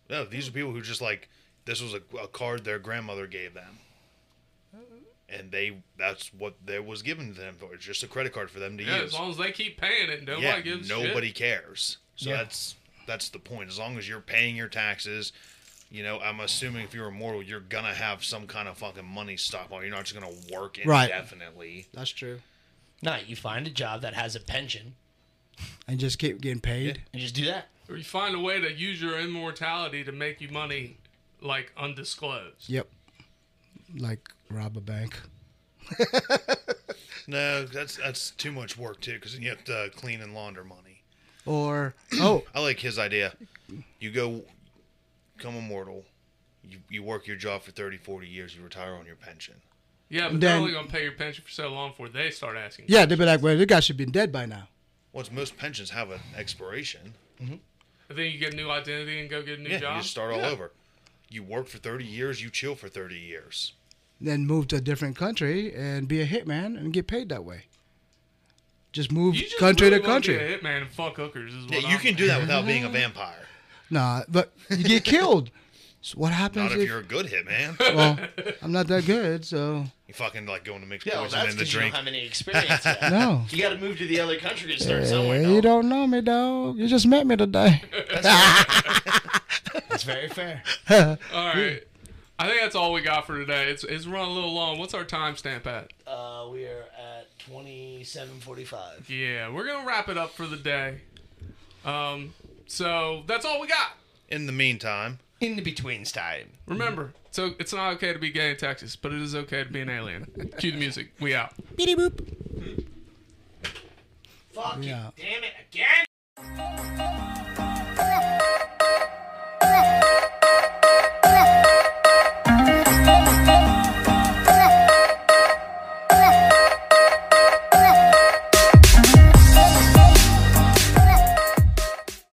[SPEAKER 3] No, these are people who just like this was a, a card their grandmother gave them. And they, that's what they was given to them for. It's just a credit card for them to
[SPEAKER 1] Yeah,
[SPEAKER 3] use.
[SPEAKER 1] as long as they keep paying it, nobody
[SPEAKER 3] yeah,
[SPEAKER 1] gives a
[SPEAKER 3] nobody
[SPEAKER 1] shit.
[SPEAKER 3] cares. So that's that's the point. As long as you're paying your taxes, you know, I'm assuming if you're immortal, you're gonna have some kind of fucking money stockpile. You're not just gonna work
[SPEAKER 6] Right.
[SPEAKER 3] indefinitely.
[SPEAKER 6] that's true.
[SPEAKER 5] no, you find a job that has a pension
[SPEAKER 6] And just keep getting paid.
[SPEAKER 5] and just do that.
[SPEAKER 1] Or you find a way to use your immortality to make you money, like undisclosed.
[SPEAKER 6] Yep. Like rob a bank.
[SPEAKER 3] No, that's that's too much work too, because you have to clean and launder money.
[SPEAKER 6] Or oh,
[SPEAKER 3] I like his idea. You go, become immortal. You, you work your job for 30, 40 years. You retire on your pension.
[SPEAKER 1] Yeah, but they're
[SPEAKER 6] Then-
[SPEAKER 1] only gonna pay your pension for so long before they start asking.
[SPEAKER 6] yeah, they'd be like, well, this guy should be dead by now.
[SPEAKER 3] Well, it's most pensions have an expiration.
[SPEAKER 1] And then you get a new identity and go get a new
[SPEAKER 3] Yeah,
[SPEAKER 1] job.
[SPEAKER 3] you just start all
[SPEAKER 1] Yeah.
[SPEAKER 3] over. You work for 30 years. You chill for 30 years.
[SPEAKER 6] Then move to a different country and be a hitman and get paid that way. Just move
[SPEAKER 1] You just
[SPEAKER 6] country
[SPEAKER 1] really
[SPEAKER 6] to
[SPEAKER 1] wanna be
[SPEAKER 6] country.
[SPEAKER 1] a hitman and fuck hookers. Is what
[SPEAKER 3] Yeah, you
[SPEAKER 1] I'm-
[SPEAKER 3] can do that without being a vampire.
[SPEAKER 6] Nah, but you get killed. so what happens
[SPEAKER 3] Not if you're a good hit, man.
[SPEAKER 6] well, I'm not that good, so
[SPEAKER 3] You fucking like going to mix
[SPEAKER 7] Yeah, well,
[SPEAKER 3] poison
[SPEAKER 7] that's
[SPEAKER 3] in the
[SPEAKER 7] because you don't
[SPEAKER 3] drink.
[SPEAKER 7] have any experience yet.
[SPEAKER 6] no.
[SPEAKER 7] You got to move to the other country and start somewhere.
[SPEAKER 6] Hey, you
[SPEAKER 7] dog.
[SPEAKER 6] don't know me, dog. You just met me today.
[SPEAKER 5] That's very fair.
[SPEAKER 1] All right. I think that's all we got for today. It's it's run a little long. What's our timestamp at?
[SPEAKER 5] Uh, we are at twenty seven forty five.
[SPEAKER 1] Yeah, we're gonna wrap it up for the day. Um, so that's all we got.
[SPEAKER 3] In the meantime,
[SPEAKER 5] In the betweens time.
[SPEAKER 1] Remember, so it's not okay to be gay in Texas, but it is okay to be an alien. Cue the music. We out.
[SPEAKER 6] Yeah.
[SPEAKER 7] Damn it again.
[SPEAKER 4] Thank